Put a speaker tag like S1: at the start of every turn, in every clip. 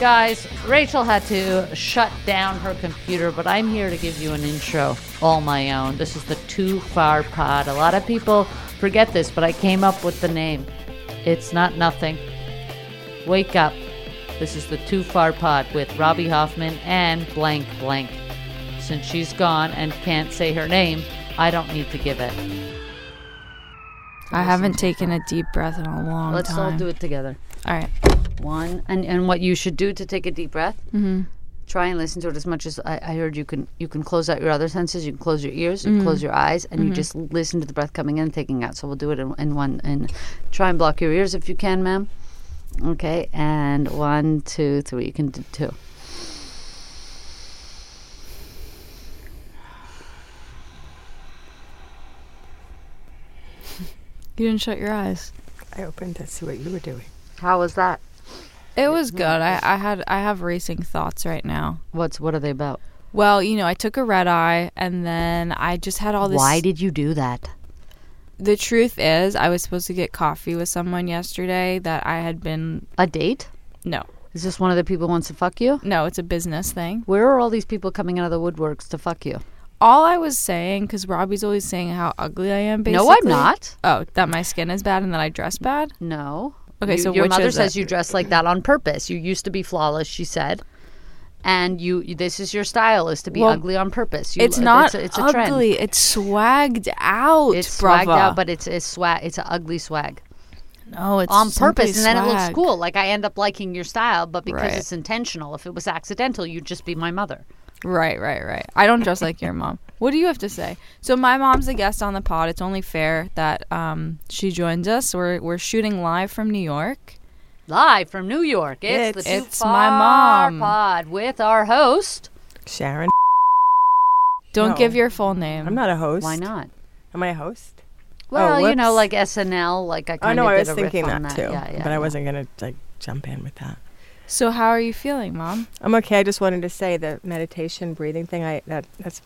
S1: Guys, Rachel had to shut down her computer, but I'm here to give you an intro all my own. This is the Too Far Pod. A lot of people forget this, but I came up with the name. It's not nothing. Wake up. This is the Too Far Pod with Robbie Hoffman and blank blank. Since she's gone and can't say her name, I don't need to give it.
S2: I haven't taken a deep breath in a long
S1: Let's
S2: time.
S1: all do it together.
S2: All right.
S1: One and and what you should do to take a deep breath. Mm-hmm. Try and listen to it as much as I, I heard. You can you can close out your other senses. You can close your ears. You can close your eyes, and you just listen to the breath coming in, and taking out. So we'll do it in, in one and try and block your ears if you can, ma'am. Okay, and one, two, three. You can do two.
S2: You didn't shut your eyes.
S3: I opened to see what you were doing.
S1: How was that?
S2: It was good. I, I had I have racing thoughts right now.
S1: What's what are they about?
S2: Well, you know, I took a red eye and then I just had all this
S1: Why did you do that?
S2: The truth is, I was supposed to get coffee with someone yesterday that I had been
S1: A date?
S2: no.
S1: Is this one of the people who wants to fuck you?
S2: No, it's a business thing.
S1: Where are all these people coming out of the woodworks to fuck you?
S2: All I was saying cuz Robbie's always saying how ugly I am basically.
S1: No, I'm not.
S2: Oh, that my skin is bad and that I dress bad?
S1: No.
S2: Okay,
S1: You-
S2: so
S1: your
S2: which
S1: mother
S2: is
S1: says
S2: it?
S1: you dress like that on purpose. You used to be flawless, she said, and you this is your style is to be
S2: Well,
S1: ugly on purpose. You,
S2: It's
S1: uh,
S2: not
S1: It's a, it's a trend.
S2: ugly. It's swagged out.
S1: It's swagged
S2: brava.
S1: out, but it's it's swag. It's an ugly swag
S2: no, Oh, it's
S1: on
S2: simply
S1: purpose, and then it looks
S2: swag.
S1: cool. Like I end up liking your style, but because
S2: Right.
S1: it's intentional. If it was accidental, you'd just be my mother.
S2: Right, right, right. I don't dress like your mom. What do you have to say? So my mom's a guest on the pod. It's only fair that um, she joins us. We're we're shooting live from New York.
S1: Live from New York, it's, the
S3: It's-
S1: Too
S2: it's my
S1: Far
S2: mom.
S1: pod with our host.
S3: Sharon,
S2: Don't
S3: No.
S2: give your full name.
S3: I'm not a host.
S1: Why not?
S3: Am I a host?
S1: Well, you know,
S3: whoops.
S1: like SNL, like I
S3: Oh
S1: kind
S3: no,
S1: of
S3: I
S1: did
S3: was
S1: a riff
S3: thinking
S1: on
S3: that,
S1: that
S3: too,
S1: Yeah, yeah,
S3: but
S1: yeah.
S3: I wasn't gonna like jump in with that.
S2: So how are you feeling, mom?
S3: I'm okay. I just wanted to say the meditation, breathing thing. I that that's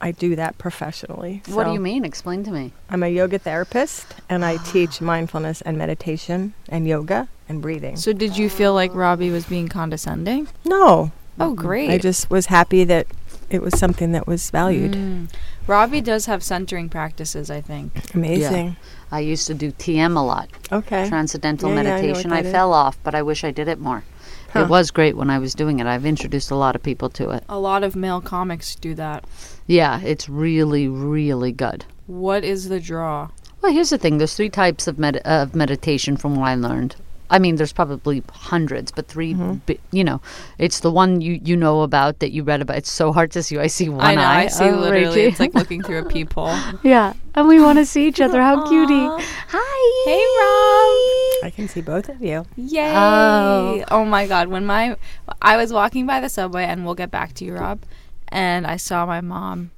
S3: I do that professionally.
S1: What do
S3: So
S1: you mean? Explain to me.
S3: I'm a yoga therapist, and I teach mindfulness and meditation and yoga and breathing.
S2: So did you feel like Robbie was being condescending?
S3: No,
S2: Oh, great.
S3: I just was happy that it was something that was valued.
S2: Mm. Robbie does have centering practices, I think.
S3: Amazing.
S1: I used to do TM a lot,
S2: Eh?
S3: Okay.
S1: Transcendental
S3: Yeah, yeah, I know what
S1: Meditation. I,
S3: that is.
S1: fell off, but I wish I did it more.
S3: Huh.
S1: It was great when I was doing it. I've introduced a lot of people to it.
S2: A lot of male comics do that.
S1: Yeah, it's really, really good.
S2: What is the draw?
S1: Well, here's the thing there's three types of, med- of meditation from what I learned. I mean, there's probably hundreds, but 3
S2: Mm-hmm.
S1: bi- you know, it's the one you, you know about that you read about. It's so hard to see. I see one
S2: I know.
S1: eye.
S2: I see
S1: Oh,
S2: literally.
S1: Reggie.
S2: It's like looking through a peephole.
S1: Yeah, and we want to see each other. How cutie! Hi.
S2: Hey, Rob.
S3: I can see both of you.
S2: Yay!
S1: Oh.
S2: Oh. my god, when my I was walking by the subway and we'll get back to you, Rob, and I saw my mom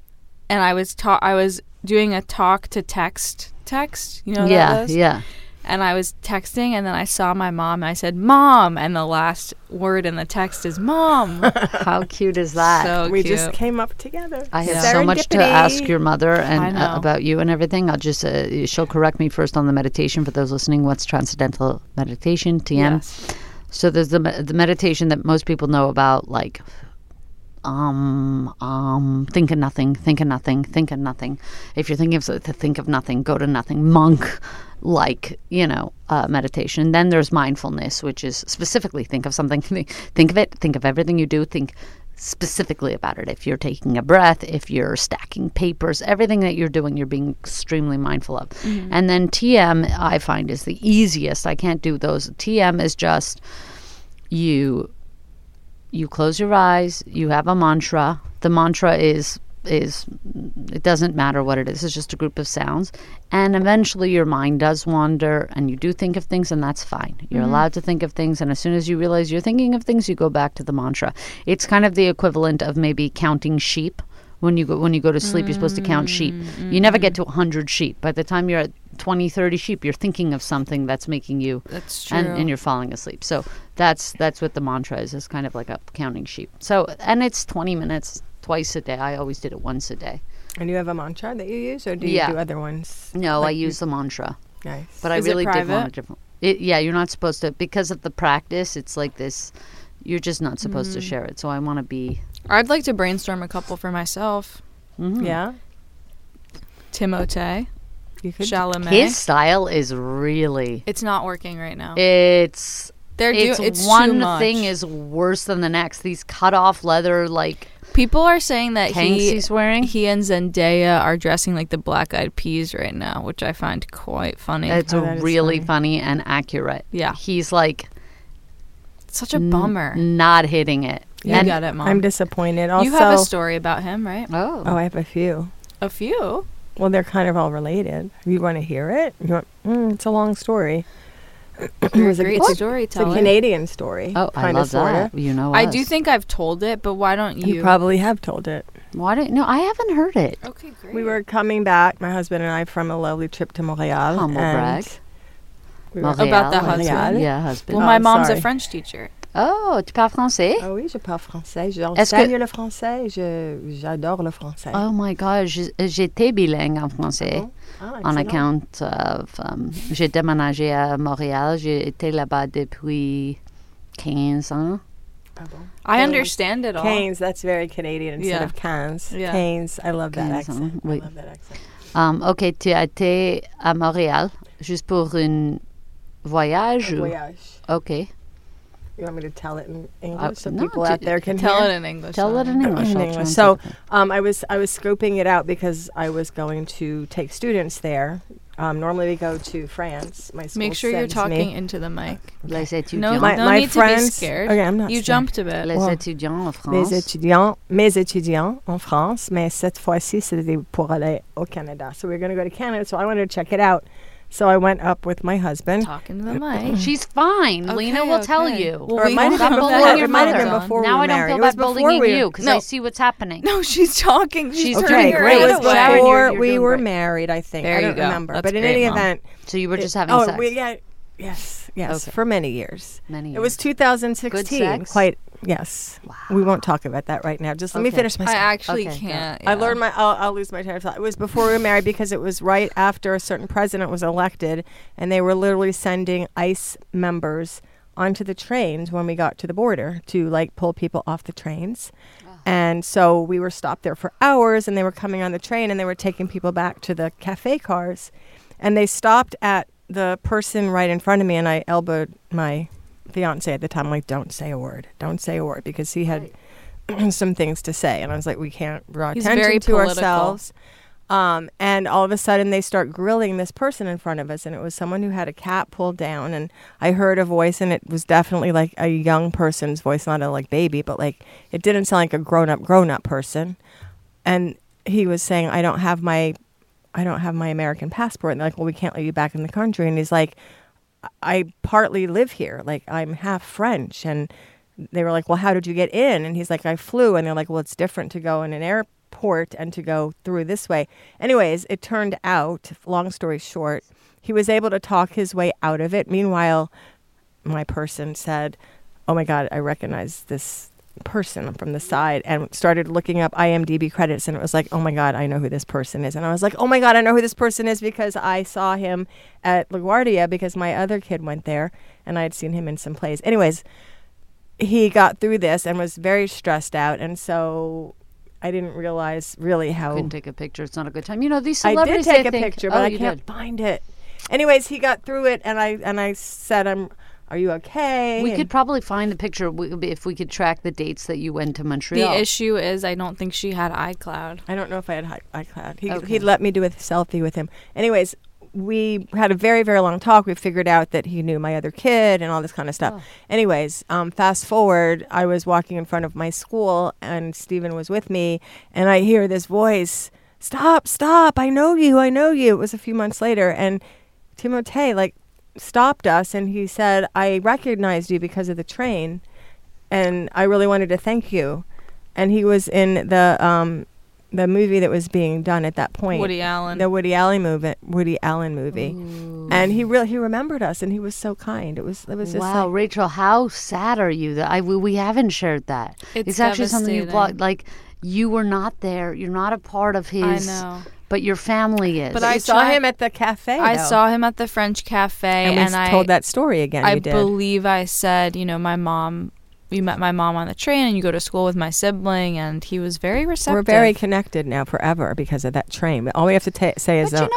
S2: and I was ta- I was doing a talk to text text, you know what
S1: yeah,
S2: that is?
S1: yeah.
S2: And I was texting and then I saw my mom and I said, "Mom," and the last word in the text is "Mom."
S1: How cute is that?
S2: so
S3: we
S2: cute.
S3: just came up together.
S1: I have so much to ask
S3: Serendipity.
S1: your mother
S2: I
S1: and uh,
S2: know.
S1: about you and everything. I'll just uh, she'll correct me first on the meditation for those listening. What's transcendental meditation? TM.
S2: Yes.
S1: So there's the me- the meditation that most people know about, like um um think of nothing, think of nothing, think of nothing. If you're thinking of something, think of nothing, go to nothing. Monk like you know uh, meditation then there's mindfulness which is specifically think of something think of it think of everything you do think specifically about it. If you're taking a breath, if you're stacking papers, everything that you're doing, you're being extremely mindful of. And then TM, I find, is the easiest. I can't do those. TM is just you you close your eyes you have a mantra the mantra is is it doesn't matter what it is it's just a group of sounds and eventually your mind does wander and you do think of things and that's fine you're allowed to think of things and as soon as you realize you're thinking of things you go back to the mantra it's kind of the equivalent of maybe counting sheep when you go when you go to sleep you're supposed to count sheep you never get to 100 sheep by the time you're at 20 30 sheep you're thinking of something that's making you
S2: That's true.
S1: and, and you're falling asleep. So that's that's what the mantra is. It's kind of like a counting sheep. So and it's 20 minutes twice a day. I always did it once a day.
S3: And you have a mantra that you use, or do you
S1: Yeah.
S3: do other ones?
S1: No, I
S3: Like you-
S1: use the mantra,
S3: Nice.
S1: but I
S2: Is it
S1: really did
S2: private?
S1: want a different. It, yeah, you're not supposed to because of the practice. It's like this. You're just not supposed
S2: Mm-hmm.
S1: to share it. So I want to be.
S2: I'd like to brainstorm a couple for myself.
S1: Mhm.
S4: Yeah.
S2: Timote,
S4: You could.
S2: Chalamet.
S1: His style is really.
S2: It's not working right now.
S1: It's
S2: They're do-
S1: it's,
S2: it's, too
S1: one
S2: much.
S1: thing is worse than the next. These cut off leather like
S2: people are saying that
S1: tanks
S2: Uh, he
S1: he's wearing.
S2: he and Zendaya are dressing like the Black Eyed Peas right now, which I find quite funny.
S1: it's
S4: Oh, that is
S1: really
S4: funny.
S1: funny and accurate.
S2: Yeah.
S1: he's like
S2: It's such a
S1: n-
S2: bummer.
S1: not hitting it.
S2: you
S1: and-
S2: got it, mom.
S4: I'm disappointed. Also,
S2: you have a story about him, right?
S1: Oh,
S4: oh, I have a few.
S2: A few.
S4: Well, they're kind of all related. You want to hear it? You want, mm, it's a long story. It
S2: You're a
S4: was a-
S2: great
S4: it's a- It's a
S2: storyteller.
S4: Canadian story.
S1: oh, I
S4: kinda,
S1: love that.
S4: sorta.
S1: You know,
S2: I do
S1: us.
S2: think I've told it, but why don't you?
S4: You probably have told it.
S1: Why don't no? I haven't heard it.
S2: okay, great.
S4: We were coming back, my husband and I, from a lovely trip to Montreal.
S1: Humble
S4: and
S1: brag.
S4: we were-
S2: Montreal. About the
S4: husband.
S1: Yeah, husband.
S2: Well,
S4: Oh,
S2: my mom's
S4: sorry.
S2: a French teacher.
S1: Oh, tu parles français?
S4: Ah oui, je parle français.
S1: Est-ce
S4: J'enseigne
S1: que-
S4: le français. Je- J'adore le français.
S1: Oh my gosh, j- j'étais bilingue en français.
S4: Ah,
S1: On
S4: excellent.
S1: account of, um, j'ai déménagé à Montréal. J'ai été là-bas depuis 15 ans.
S4: Ah bon.
S2: I
S4: Yeah.
S2: understand it all.
S4: Canes, that's very Canadian instead
S2: Yeah.
S4: of cans.
S2: Yeah.
S4: Canes, I love that
S1: Canes, huh?
S4: accent.
S1: Wait.
S4: I love that accent.
S1: Um, ok, tu as été à Montréal juste pour un voyage? ou-
S4: Voyage.
S1: Ok.
S4: You want me to tell it in English so
S1: Uh, no,
S4: people
S1: ju-
S4: out there can
S2: Tell
S4: hear?
S2: it in English.
S1: Tell it
S2: sorry.
S1: in English.
S4: in
S1: I'll
S4: English. So
S1: translate it.
S4: um, I was I was scoping it out because I was going to take students there. Um, normally we go to France. My school
S2: Make sure you're
S4: sends
S2: talking
S4: Me.
S2: into the mic.
S1: les
S2: No,
S1: étudiants,
S4: My-
S2: no
S4: my
S2: need to be
S4: friends-
S2: scared.
S4: Okay, I'm not
S2: you
S4: scared.
S2: jumped a bit.
S1: les
S4: Wow.
S1: étudiants en France.
S4: Mes étudiants, mes étudiants en France, mais cette fois-ci c'était pour aller au Canada. So we are going to go to Canada. So I wanted to check it out. So I went up with my husband.
S2: Talk into the mic.
S1: She's fine. Lena
S2: Okay,
S1: will tell
S2: okay.
S1: you.
S2: Well,
S4: Or it
S2: we
S4: might have
S2: got
S4: been before-
S2: bullying your
S4: it might have
S2: mother
S4: been
S2: on.
S4: before we
S1: now
S4: were
S1: I don't
S4: married.
S1: feel
S4: It was
S1: bad
S4: before
S1: bullying
S4: we were-
S1: you because I
S2: No.
S1: see what's happening.
S2: No, she's talking. She's,
S1: She's
S2: turning
S4: Okay,
S1: doing
S2: her
S1: great.
S4: it
S2: head
S4: was
S1: Sharon, you're- you're
S2: away.
S4: before
S1: doing
S4: we were
S1: great.
S4: married, I think.
S2: There
S4: I
S2: you
S4: don't
S2: go.
S4: remember.
S2: That's
S4: but in
S2: great,
S4: any
S2: Mom.
S4: event,
S1: So you were
S4: it-
S1: just having
S4: oh,
S1: sex.
S4: we- yeah, yes, yes,
S1: Okay.
S4: for many years.
S1: Many
S4: It was
S1: years.
S4: 2016.
S1: sex?
S4: Quite yes. We won't talk about that right now. Just let me
S1: Okay.
S4: finish my.
S2: I
S4: story.
S2: actually
S1: Okay, go.
S2: can't.
S4: I
S2: yeah.
S4: learned my. I'll, I'll lose my train of thought. It was before we were married because it was right after a certain president was elected, and they were literally sending ICE members onto the trains when we got to the border to like pull people off the trains. And so we were stopped there for hours, and they were coming on the train, and they were taking people back to the cafe cars, and they stopped at the person right in front of me, and I elbowed my fiance at the time, like, "Don't say a word, don't say a word," because he had some things to say, and I was like, "We can't draw
S2: He's
S4: attention
S2: very
S4: to
S2: political.
S4: ourselves." Um, and all of a sudden, they start grilling this person in front of us, and it was someone who had a cap pulled down, and I heard a voice, and it was definitely like a young person's voice, not a like baby, but like it didn't sound like a grown up grown up person, and he was saying, "I don't have my, I don't have my American passport," and they're like, "Well, we can't let you back in the country," and he's like. I partly live here. Like I'm half French. And they were like, Well, how did you get in? And he's like, I flew. And they're like, Well, it's different to go in an airport and to go through this way. Anyways, it turned out, long story short, he was able to talk his way out of it. Meanwhile, my person said, Oh my God, I recognize this person from the side and started looking up IMDb credits. And it was like, Oh my God, I know who this person is. And I was like, Oh my God, I know who this person is because I saw him at LaGuardia because my other kid went there and I had seen him in some plays. Anyways, he got through this and was very stressed out. And so I didn't realize really how.
S1: Couldn't take a picture. It's not a good time. You know these
S4: I did
S1: celebrities.
S4: take
S1: they
S4: a
S1: think-
S4: picture,
S1: oh,
S4: but I
S1: you
S4: can't
S1: did.
S4: find it. Anyways, he got through it, and I and I said, "I'm. Are you okay?"
S1: We
S4: And-
S1: could probably find the picture w- if we could track the dates that you went to
S2: The
S1: Montreal.
S2: issue is I don't think she had iCloud.
S4: I don't know if I had hi- iCloud. He
S1: Okay.
S4: he let me do a selfie with him. Anyways, we had a very very long talk. We figured out that he knew my other kid and all this kind of stuff. Anyways, um, fast forward, I was walking in front of my school and Stephen was with me, and I hear this voice, "Stop, stop! I know you, I know you." It was a few months later, and Timotei like stopped us and he said, "I recognized you because of the train." and I really wanted to thank you. And he was in the um, the movie that was being done at that point,
S2: Woody Allen.
S4: the Woody Allen movie, Woody Allen movie.
S1: Ooh.
S4: And he really he remembered us, and he was so kind. It was it was just
S1: wow,
S4: like
S1: Rachel, how sad are you that I we, we haven't shared that?
S2: It's
S1: actually something you
S2: devastating.
S1: blocked. Like you were not there. You're not a part of his
S2: I know.
S1: But your family is.
S2: But
S4: You
S2: I
S4: saw
S2: tried-
S4: him at the cafe.
S2: I
S4: though.
S2: saw him at the French cafe,
S4: and
S2: and,
S4: we
S2: I
S4: told that story again.
S2: I
S4: you did.
S2: believe I said, you know, my mom. We met my mom on the train, and you go to school with my sibling, and he was very receptive.
S4: We're very connected now forever because of that train. All we have to ta say
S1: but you
S4: is
S1: know what?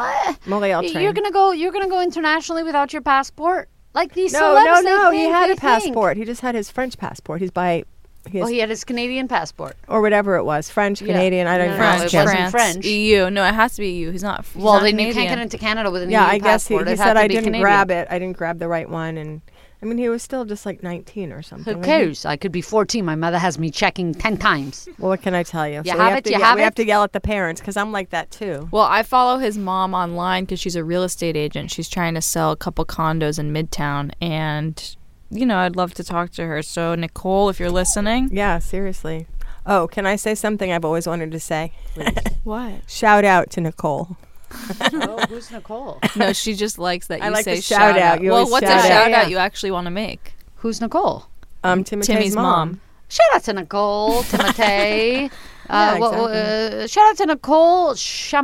S4: uh,
S1: I don't.
S4: Montreal
S1: Uh,
S4: train.
S1: you're gonna go. You're gonna go internationally without your passport. Like these
S4: no,
S1: celebs.
S4: no,
S1: they
S4: no. He
S1: think-
S4: had
S1: they
S4: a
S1: think.
S4: passport. He just had his French passport. He's by, his,
S2: Oh,
S1: Well, he had his Canadian passport.
S4: or whatever it was, French,
S1: Yeah.
S4: Canadian. I don't
S1: No,
S4: know.
S1: no, it
S2: France,
S1: wasn't
S2: France,
S1: French.
S2: EU. No, it has to be EU. He's not. He's
S1: Well,
S2: not
S1: then you
S2: Canadian.
S1: can't get into Canada with an
S4: Yeah,
S1: EU
S4: I guess he,
S1: passport.
S4: he
S1: It'd have
S4: said
S1: to
S4: I
S1: be
S4: didn't
S1: Canadian.
S4: grab it. I didn't grab the right one, and I mean he was still just like 19 or something.
S1: Who
S4: I think-
S1: cares? I could be 14. My mother has me checking 10 times.
S4: Well, what can I tell you?
S1: You
S4: we
S1: have it,
S4: to
S1: you
S4: ye-
S1: have
S4: we have
S1: it.
S4: to yell at the parents because I'm like that too.
S2: Well, I follow his mom online because she's a real estate agent. She's trying to sell a couple condos in Midtown, and you know I'd love to talk to her. So Nicole, if you're listening,
S4: Yeah, seriously. Oh, can I say something I've always wanted to say?
S2: what?
S4: Shout out to Nicole.
S1: oh, who's Nicole?
S2: No, she just likes that you
S4: I like
S2: say
S4: the shout out. You
S2: well,
S4: always
S2: what's
S4: shout
S2: a
S4: out.
S2: shout
S4: Yeah.
S2: out you actually want to make?
S1: Who's Nicole?
S4: Um, Timothy's
S2: Timmy's mom.
S1: Shout out to Nicole Timotei. Uh,
S4: Yeah,
S1: what- what- uh, shout out to Nicole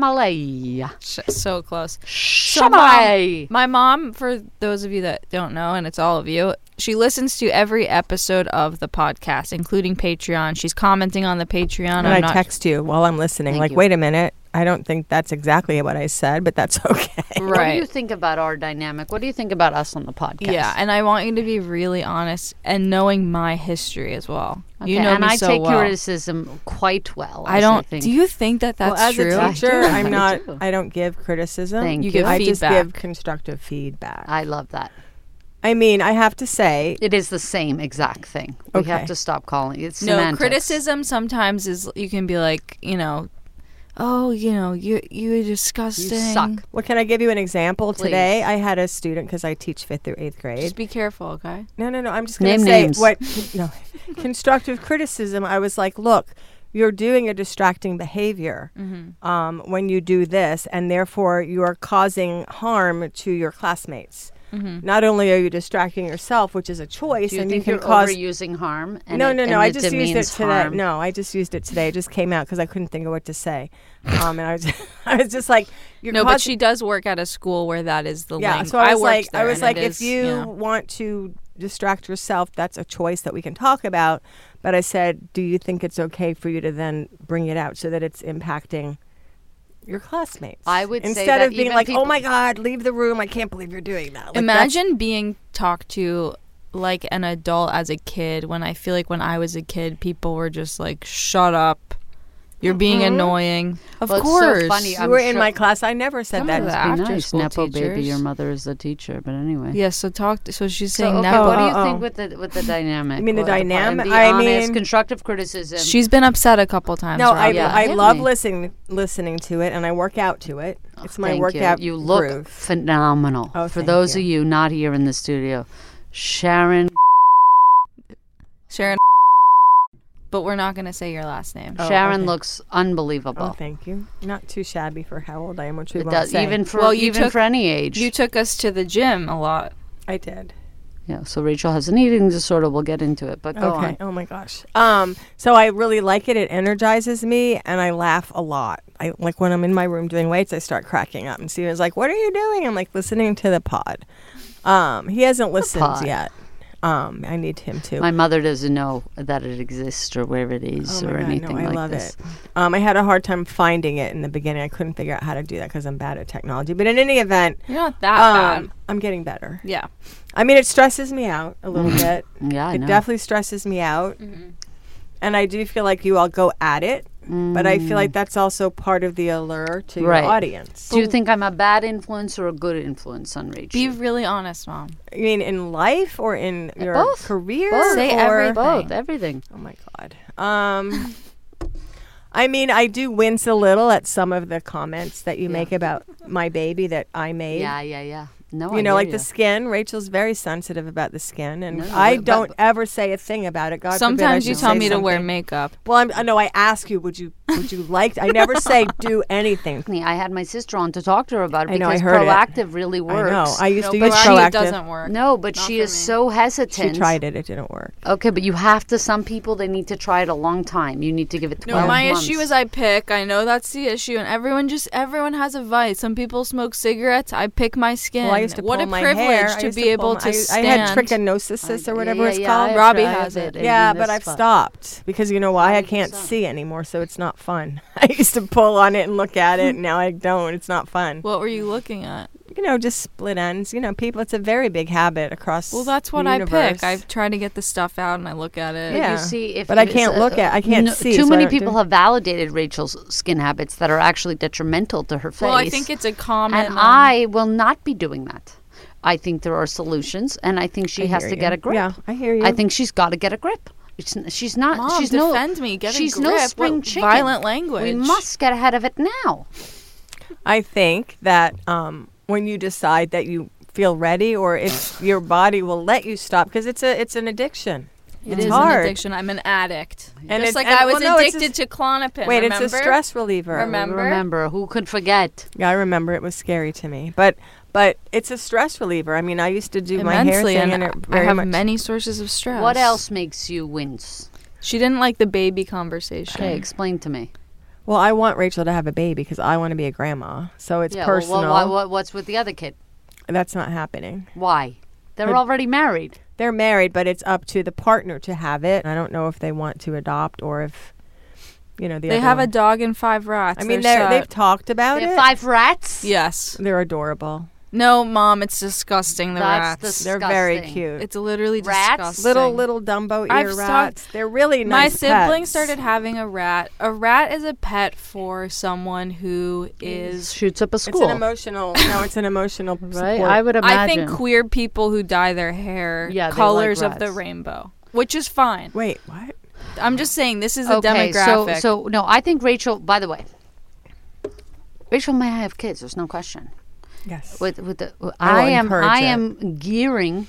S1: Chamalay.
S2: Sh- so close. So
S1: Chamalay.
S2: My mom, for those of you that don't know, and it's all of you, she listens to every episode of the podcast, including Patreon. She's commenting on the Patreon.
S4: And
S2: I'm
S4: I
S2: not-
S4: text you while I'm listening,
S1: Thank
S4: like,
S1: you.
S4: wait a minute. I don't think that's exactly what I said, but that's okay.
S1: What do you
S2: Right.
S1: think about our dynamic? What do you think about us on the podcast?
S2: Yeah, and I want you to be really honest and knowing my history as well. you
S1: Okay,
S2: know
S1: and
S2: me
S1: I
S2: so
S1: take
S2: well.
S1: criticism quite well.
S2: I
S1: as
S2: don't.
S1: think.
S2: do you think that that's
S4: well, as
S2: true?
S4: a
S1: I
S4: teacher,
S1: do.
S4: I'm
S1: I
S4: not.
S1: do.
S4: I don't give criticism.
S1: Thank
S2: You give you.
S4: I just give
S2: feedback.
S4: constructive feedback.
S1: I love that.
S4: I mean, I have to say,
S1: It is the same exact thing. We
S4: Okay.
S1: have to stop calling it
S2: no,
S1: semantics.
S2: criticism sometimes is you can be like, you know, oh, you know, you you're
S1: You
S2: disgusting.
S1: suck.
S4: Well, can I give you an example? Today,
S1: Please.
S4: I had a student because I teach fifth through eighth grade.
S2: Just be careful, okay?
S4: no, no, no. I'm just going to
S1: Name
S4: say
S1: names.
S4: what. No, constructive criticism. I was like, look, you're doing a distracting behavior
S1: Mm-hmm.
S4: um, when you do this, and therefore you are causing harm to your classmates. Not only are you distracting yourself, which is a choice,
S1: Mm-hmm. Do you
S4: and
S1: think
S4: you
S1: you
S4: can
S1: are
S4: cause
S1: overusing harm? And
S4: no,
S1: it-
S4: no,
S1: and
S4: no. I
S1: it
S4: just used it
S1: demeans
S4: today.
S1: harm?
S4: No, I just used it today. It just came out because I couldn't think of what to say, um, and I was, I was just like, you're
S2: No,
S4: causing-
S2: but she does work at a school where that is the
S4: yeah
S2: language.
S4: so i
S2: worked
S4: was like i
S2: there,
S4: was
S2: and
S4: like
S2: it
S4: if
S2: is-
S4: you
S2: yeah.
S4: want to distract yourself that's a choice that we can talk about but i said do you think it's okay for you to then bring it out so that it's impacting your classmates
S1: I would say
S4: instead
S1: that
S4: of being
S1: even
S4: like oh
S1: people-
S4: my god leave the room i can't believe you're doing that Like, that's-
S2: Imagine being talked to like an adult as a kid when I feel like when I was a kid people were just like shut up. You're being annoying. Of
S1: Well, it's so
S2: course.
S1: funny.
S4: you
S1: I'm
S4: were in
S1: sure-
S4: my class i never said
S2: Some
S4: that
S2: of
S1: Must
S2: the
S1: be
S2: after
S1: nice.
S2: school
S1: Nepo baby,
S2: teachers.
S1: your mother is a teacher, but anyway.
S2: Yeah, so talk to, so she's
S1: So,
S2: saying
S1: okay,
S2: Nepo.
S1: what do you
S4: Oh,
S1: think
S4: oh.
S1: with the with the dynamic?
S4: I mean, the
S1: Or part- and
S4: dynamic-
S1: Be
S4: I
S1: honest,
S4: mean-
S1: constructive criticism.
S2: She's been upset a couple times.
S4: no i,
S2: Rob.
S1: Yeah.
S4: I
S1: Hit
S4: love
S1: me. Oh,
S4: listening listening to it and i work out to it it's my
S1: Thank
S4: workout
S1: You, you look
S4: groove.
S1: phenomenal.
S4: Oh,
S1: For
S4: thank
S1: those
S4: you. Oh,
S1: of you not here in the studio, Sharon
S2: Sharon. But we're not going to say your last name.
S4: Oh,
S1: Sharon
S4: okay.
S1: looks
S4: oh
S1: unbelievable.
S4: thank you not too shabby for how old i am which we
S1: It
S4: won't
S1: does,
S4: say.
S1: even for
S2: Well, you
S1: even
S2: took-
S1: for any age.
S2: You took us to the gym a lot.
S4: i did
S1: yeah. So Rachel has an eating disorder. We'll get into it, but go
S4: okay.
S1: on.
S4: Oh my gosh. Um, so I really like it. It energizes me, and I laugh a lot. I like when I'm in my room doing weights, I start cracking up. And Steven's like, "What are you doing?" I'm like, "Listening to the pod." Um, he hasn't listened
S1: pod.
S4: yet. Um, I need him to.
S1: My mother doesn't know that it exists or where it is
S4: Oh my
S1: or
S4: God, no,
S1: anything
S4: I
S1: like
S4: love
S1: this.
S4: it. Um, I had a hard time finding it in the beginning. I couldn't figure out how to do that because I'm bad at technology. But in any event,
S2: You're not that
S4: um,
S2: bad.
S4: I'm getting better.
S2: Yeah.
S4: I mean, it stresses me out a
S1: Mm-hmm.
S4: little bit.
S1: Yeah, I know.
S4: it
S1: Mm-hmm.
S4: definitely stresses me out. And I do feel like you all go at it, but I feel like that's also part of the allure to
S1: Mm. Right.
S4: your audience.
S1: Do you think I'm a bad influence or a good influence on Rachel?
S2: Be really honest, mom.
S4: I mean, in life or in your
S1: Uh, Both.
S4: career?
S1: Both.
S2: Say
S4: or-
S2: everything.
S1: Both, everything.
S4: Oh my God. Um, I mean, I do wince a little at some of the comments that you make about my baby that I made.
S1: Yeah, yeah, yeah. No, I
S4: You know,
S1: hear
S4: like
S1: ya.
S4: the skin. Rachel's very sensitive about the skin, and
S1: No, no,
S4: I
S1: but-
S4: don't ever say a thing about it. God forbid I
S2: Sometimes you
S4: should
S2: tell
S4: say
S2: me to wear
S4: something.
S2: makeup.
S4: Well, I'm, I know I ask you, would you Would you like? I never say do anything.
S1: I had my sister on to talk to her about it
S4: I know, I
S1: because
S4: heard it.
S1: proactive really works.
S4: I know. I used
S2: No,
S4: to
S2: but
S4: use
S2: she
S4: proactive.
S2: doesn't work.
S1: no, but
S2: Not
S1: she
S2: for
S1: is
S2: me.
S1: so
S4: She
S1: hesitant.
S4: tried it. It didn't work.
S1: Okay, but you have to. Some people they need to try it a long time. You need to give it
S2: No,
S1: twelve
S2: my
S1: months.
S2: issue is I pick. I know that's the issue, and everyone just everyone has a vice. Some people smoke cigarettes. I pick my skin.
S4: Well, I used to
S2: what
S4: pull
S2: a
S4: my
S2: privilege
S4: hair. I
S2: to
S4: used
S2: be
S4: pull
S2: able
S4: my-
S2: to
S4: I,
S2: stand.
S4: I had trichinosis or whatever
S1: Yeah,
S4: it's
S1: yeah,
S4: called.
S1: yeah, I
S2: Robbie
S1: try- I
S2: has it.
S1: I
S4: Yeah,
S1: mean,
S4: but
S1: that's
S4: I've
S1: fun.
S4: stopped because you know why? I can't
S1: 100%.
S4: see anymore, so it's not fun. I used to pull on it and look at it, and now I don't. It's not fun.
S2: What were you looking at?
S4: You know, just split ends. You know, people. It's a very big habit across.
S2: Well, that's what
S4: the
S2: I
S4: universe.
S2: pick. I try to get the stuff out, and I look at it.
S1: But
S4: Yeah.
S1: you see if
S4: But I
S1: it's
S4: can't
S1: a-
S4: look at- I can't see,
S1: Too
S4: so I
S1: many
S4: don't do
S1: people
S4: it.
S1: have validated Rachel's skin habits that are actually detrimental to her face.
S2: Well, I think it's a common.
S1: and
S2: um,
S1: I will not be doing that. I think there are solutions, and I think she
S4: I
S1: has
S4: hear
S1: to
S4: you.
S1: get a grip.
S4: Yeah, I hear you.
S1: I think she's got to get a grip. It's, n- she's not.
S2: Mom,
S1: she's
S2: defend
S1: no,
S2: me. Get a
S1: she's
S2: grip.
S1: no
S2: What
S1: spring chicken.
S2: violent language.
S1: We must get ahead of it now.
S4: I think that um, when you decide that you feel ready, or if your body will let you stop, because it's a it's an addiction.
S2: It
S4: it's
S2: is
S4: hard.
S2: an addiction. I'm an addict.
S4: And
S2: Just
S4: it's-
S2: like
S4: and-
S2: I was
S4: well, no, it's
S2: addicted
S4: a-
S2: to Klonopin.
S4: Wait,
S2: remember?
S4: it's a stress reliever.
S2: Remember?
S1: Remember, who could forget?
S4: Yeah, I remember it was scary to me, but but it's a stress reliever. I mean, I used to do my hair
S2: immensely,
S4: thing, and,
S2: and
S4: it
S2: I
S4: very
S2: have
S4: much.
S2: many sources of stress.
S1: What else makes you wince?
S2: She didn't like the baby conversation.
S1: Okay, explain to me.
S4: Well, I want Rachel to have a baby because I want to be a grandma. So it's
S1: yeah, well,
S4: personal.
S1: wha- wha- wha- what's with the other kid?
S4: That's not happening.
S1: Why? They're
S4: But-
S1: already married.
S4: They're married, but it's up to the partner to have it. I don't know if they want to adopt or if you know the.
S2: They
S4: other
S2: have a
S4: one-
S2: dog and five rats.
S4: I mean,
S2: They're
S4: they're,
S2: set.
S4: they've talked about
S1: They
S4: it.
S1: have five rats.
S2: yes.
S4: They're adorable.
S2: No, mom, it's disgusting. The
S1: That's
S2: rats.
S1: the-
S4: They're very
S1: Disgusting.
S4: cute.
S2: it's literally
S1: Rats?
S2: disgusting.
S4: little little Dumbo ear
S2: I've stopped-
S4: rats. They're really
S2: My
S4: nice.
S2: sibling
S4: pets.
S2: started having a rat. A rat is a pet for someone who is.
S1: Shoots up a
S4: It's an emotional. no, it's an emotional.
S1: right?
S4: support.
S1: I would imagine.
S2: I think queer people who dye their hair
S1: Yeah, they like
S2: colors of the
S1: rats.
S2: rainbow, which is fine.
S4: Wait, what?
S2: I'm just saying this is a
S1: okay,
S2: demographic.
S1: So, so no, I think Rachel. By the way, Rachel may have kids. There's no question.
S4: Yes.
S1: With with the,
S4: I will
S1: I am
S4: encourage
S1: I
S4: it.
S1: am gearing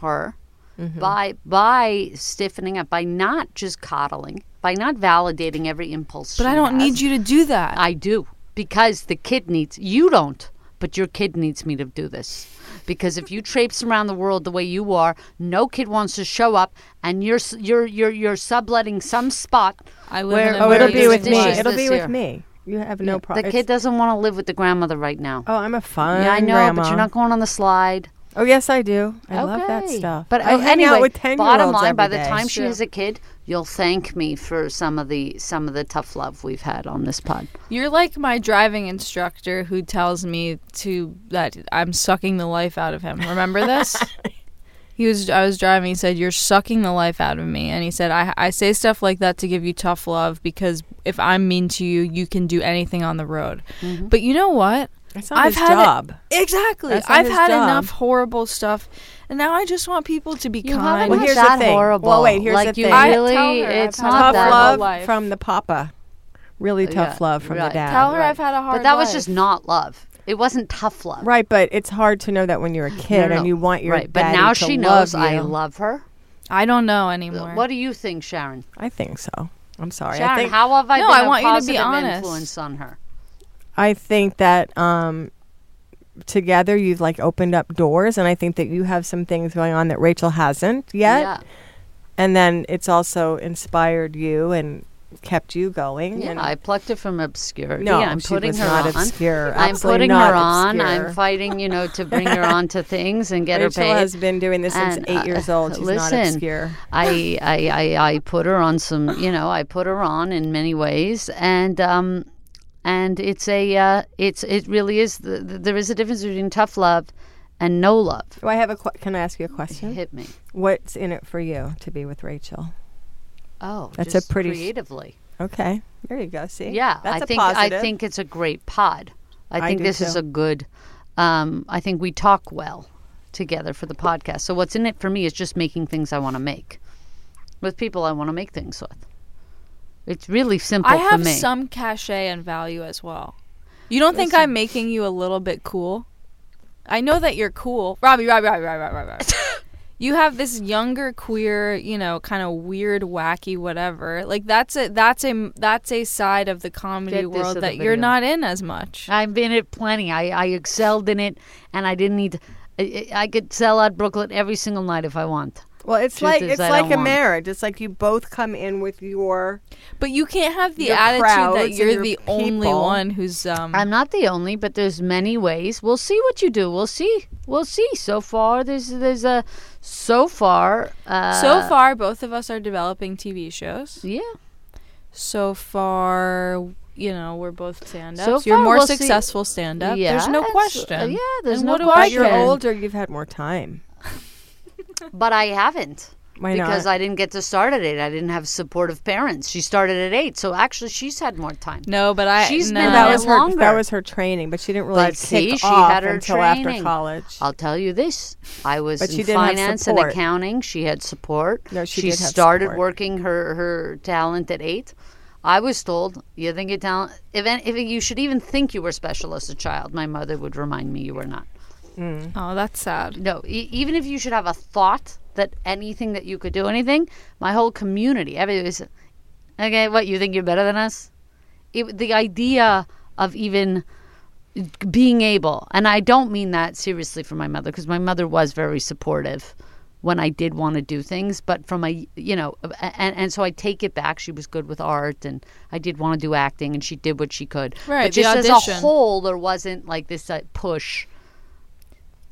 S1: her
S2: Mm-hmm.
S1: by by stiffening up by not just coddling by not validating every impulse.
S2: but I don't need you to do that.
S1: I do because the kid needs you don't, but your kid needs me to do this. Because if you traipse around the world the way you are, no kid wants to show up, and you're s- you're you're you're subletting some spot.
S2: I live
S1: where
S2: in a
S4: Oh,
S2: Where
S4: it'll
S2: you
S4: be
S2: use
S4: with me.
S2: dishes
S4: It'll
S1: this
S4: be with
S1: year.
S4: me. You have no problem.
S1: The kid doesn't want to live with the grandmother right now.
S4: Oh, I'm a fun
S1: yeah, I know,
S4: grandma.
S1: but you're not going on the slide.
S4: Oh, yes, I do. I love that
S1: Okay.
S4: stuff.
S1: But
S4: I
S1: uh,
S4: hang
S1: anyway,
S4: out with 10
S1: bottom line, by the time she
S2: Sure.
S1: has a kid, you'll thank me for some of the some of the tough love we've had on this pod.
S2: You're like my driving instructor who tells me to that I'm sucking the life out of him. Remember this? he was I was driving. He said you're sucking the life out of me, and he said I I say stuff like that to give you tough love because if I'm mean to you, you can do anything on the road. But you know what?
S4: That's Mm-hmm. not his job.
S2: exactly.
S4: That's not
S2: I've
S4: his
S2: had
S4: job.
S2: enough horrible stuff, and now I just want people to be
S1: You
S2: kind.
S1: haven't
S4: Well,
S1: had
S4: here's the
S1: that
S4: thing.
S1: horrible.
S4: Well, wait, here's
S1: like,
S4: the
S1: you
S4: thing. I
S1: really,
S2: tell her
S1: it's
S2: I've had
S1: not
S2: a
S4: Tough
S1: that.
S2: horrible
S4: love
S2: life.
S4: from the papa. Really tough
S1: Yeah,
S4: love from the
S1: right.
S4: dad.
S2: Tell her I've had a hard.
S1: But that was
S2: life.
S1: just not love. It wasn't tough love.
S4: Right, but it's hard to know that when you're a
S1: No,
S4: kid
S1: no, no.
S4: and you want your
S1: right. But
S4: daddy
S1: now
S4: to
S1: she
S4: love
S1: knows I
S4: you.
S1: love her.
S2: I don't know anymore.
S1: What do you think, Sharon?
S4: I think so. I'm sorry. I
S1: Sharon,
S4: think
S1: how have I
S2: No,
S1: been
S2: I
S1: a
S2: want you to be
S1: positive
S2: honest.
S1: influence on her?
S4: I think that um, together you've like opened up doors, and I think that you have some things going on that Rachel hasn't yet.
S1: Yeah.
S4: And then it's also inspired you and kept you going.
S1: Yeah,
S4: and
S1: I plucked her from obscurity.
S4: No,
S1: I'm
S4: she
S1: putting
S4: was
S1: her
S4: not
S1: on.
S4: obscure.
S1: I'm
S4: Absolutely
S1: putting
S4: not
S1: her on.
S4: obscure.
S1: I'm fighting, you know, to bring her on to things and get
S4: Rachel
S1: her paid.
S4: has been doing this since
S1: And,
S4: eight
S1: uh,
S4: years old. She's
S1: listen,
S4: not obscure.
S1: I, I, I, I put her on some, you know, I put her on in many ways, and um, and it's a, uh, it's it really is. The, the, there is a difference between tough love and no love.
S4: Do I have a? que- Can I ask you a question?
S1: Hit me.
S4: What's in it for you to be with Rachel?
S1: Oh,
S4: That's a
S1: just
S4: pretty s-
S1: creatively.
S4: Okay, there you go. See,
S1: Yeah,
S4: that's
S1: I
S4: a
S1: think
S4: positive.
S1: I think it's a great pod. I,
S4: I
S1: think
S4: do
S1: this is
S4: too.
S1: a good. Um, I think we talk well together for the podcast. So what's in it for me is just making things I want to make with people I want to make things with. It's really simple
S2: I
S1: for
S2: have
S1: me.
S2: some cachet and value as well. You don't think I'm making you a little bit cool? I know that you're cool, Robbie. Robbie. Robbie. Robbie. Robbie. Robbie. you have this younger queer, you know, kind of weird, wacky, whatever. Like that's a that's a that's a side of the comedy
S1: Get this
S2: world
S1: to the
S2: that you're
S1: video.
S2: not in as much.
S1: I've been at plenty. I, I excelled in it, and I didn't need. I, I could sell out Brooklyn every single night if I want.
S4: Well, it's
S1: Truth
S4: like
S1: is,
S4: it's
S1: I
S4: like
S1: don't
S4: a
S1: want-
S4: marriage. It's like you both come in with your
S2: But you can't have the
S4: Your
S2: attitude
S4: crowds
S2: that
S4: and
S2: you're
S4: your
S2: the only
S4: people.
S2: one who's um
S4: Hmm.
S1: I'm not the only, but there's many ways. We'll see what you do. We'll see. We'll see. So far, there's there's a so far. Uh,
S2: so far both of us are developing TV shows.
S1: yeah.
S2: So far, you know, we're both stand-ups.
S1: So
S2: you're
S1: far,
S2: more
S1: we'll see-
S2: successful stand-up. There's no
S1: Yes.
S2: question.
S1: Uh, yeah, there's
S2: And
S1: no
S2: what do I
S4: but
S1: question.
S4: you're older, you've had more time.
S1: but I haven't.
S4: Why
S1: because
S4: not?
S1: I didn't get to start at eight. I didn't have supportive parents. She started at eight, so actually she's had more time.
S2: No, but I
S1: She's
S2: no.
S1: been
S4: that
S1: Yeah,
S4: was her that
S1: longer.
S4: was her training, but she didn't really
S1: But
S4: kick
S1: see, she
S4: off
S1: had her
S4: until after
S1: training.
S4: college.
S1: I'll tell you this: I was
S4: But she
S1: in
S4: didn't have
S1: finance and
S4: support.
S1: accounting. She had support.
S4: No, she
S1: she
S4: did have
S1: started
S4: support.
S1: working her her talent at eight. I was told, "You think your talent? If, any- if you should even think you were special as a child, my mother would remind me you were not.
S2: Oh, that's sad.
S1: No, e- even if you should have a thought that anything that you could do anything, my whole community, everybody was, okay, what you think you're better than us? It, the idea of even being able, and I don't mean that seriously for my mother because my mother was very supportive when I did want to do things, but from a you know, and and so I take it back. She was good with art, and I did want to do acting, and she did what she could.
S2: Right,
S1: but
S2: the
S1: just as a
S2: audition.
S1: whole, there wasn't like this uh, push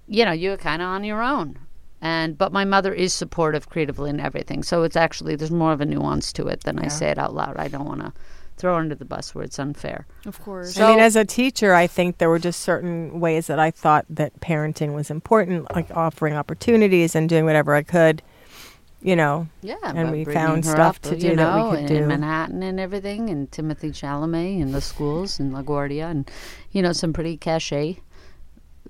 S1: you know you're kind of on your own and but my mother is supportive creatively in everything so it's actually there's more of a nuance to it than i say it out loud i don't want to throw her under the bus where it's unfair
S2: Of course.
S4: I mean, as a teacher, I think there were just certain ways that I thought that parenting was important, like offering opportunities and doing whatever I could, you know.
S1: yeah
S4: And
S1: but
S4: we
S1: bringing
S4: found
S1: her
S4: stuff
S1: up,
S4: to
S1: you
S4: do that we
S1: know,
S4: could
S1: in,
S4: do.
S1: in manhattan and everything and timothy chalamet and the schools and laguardia and you know some pretty cachet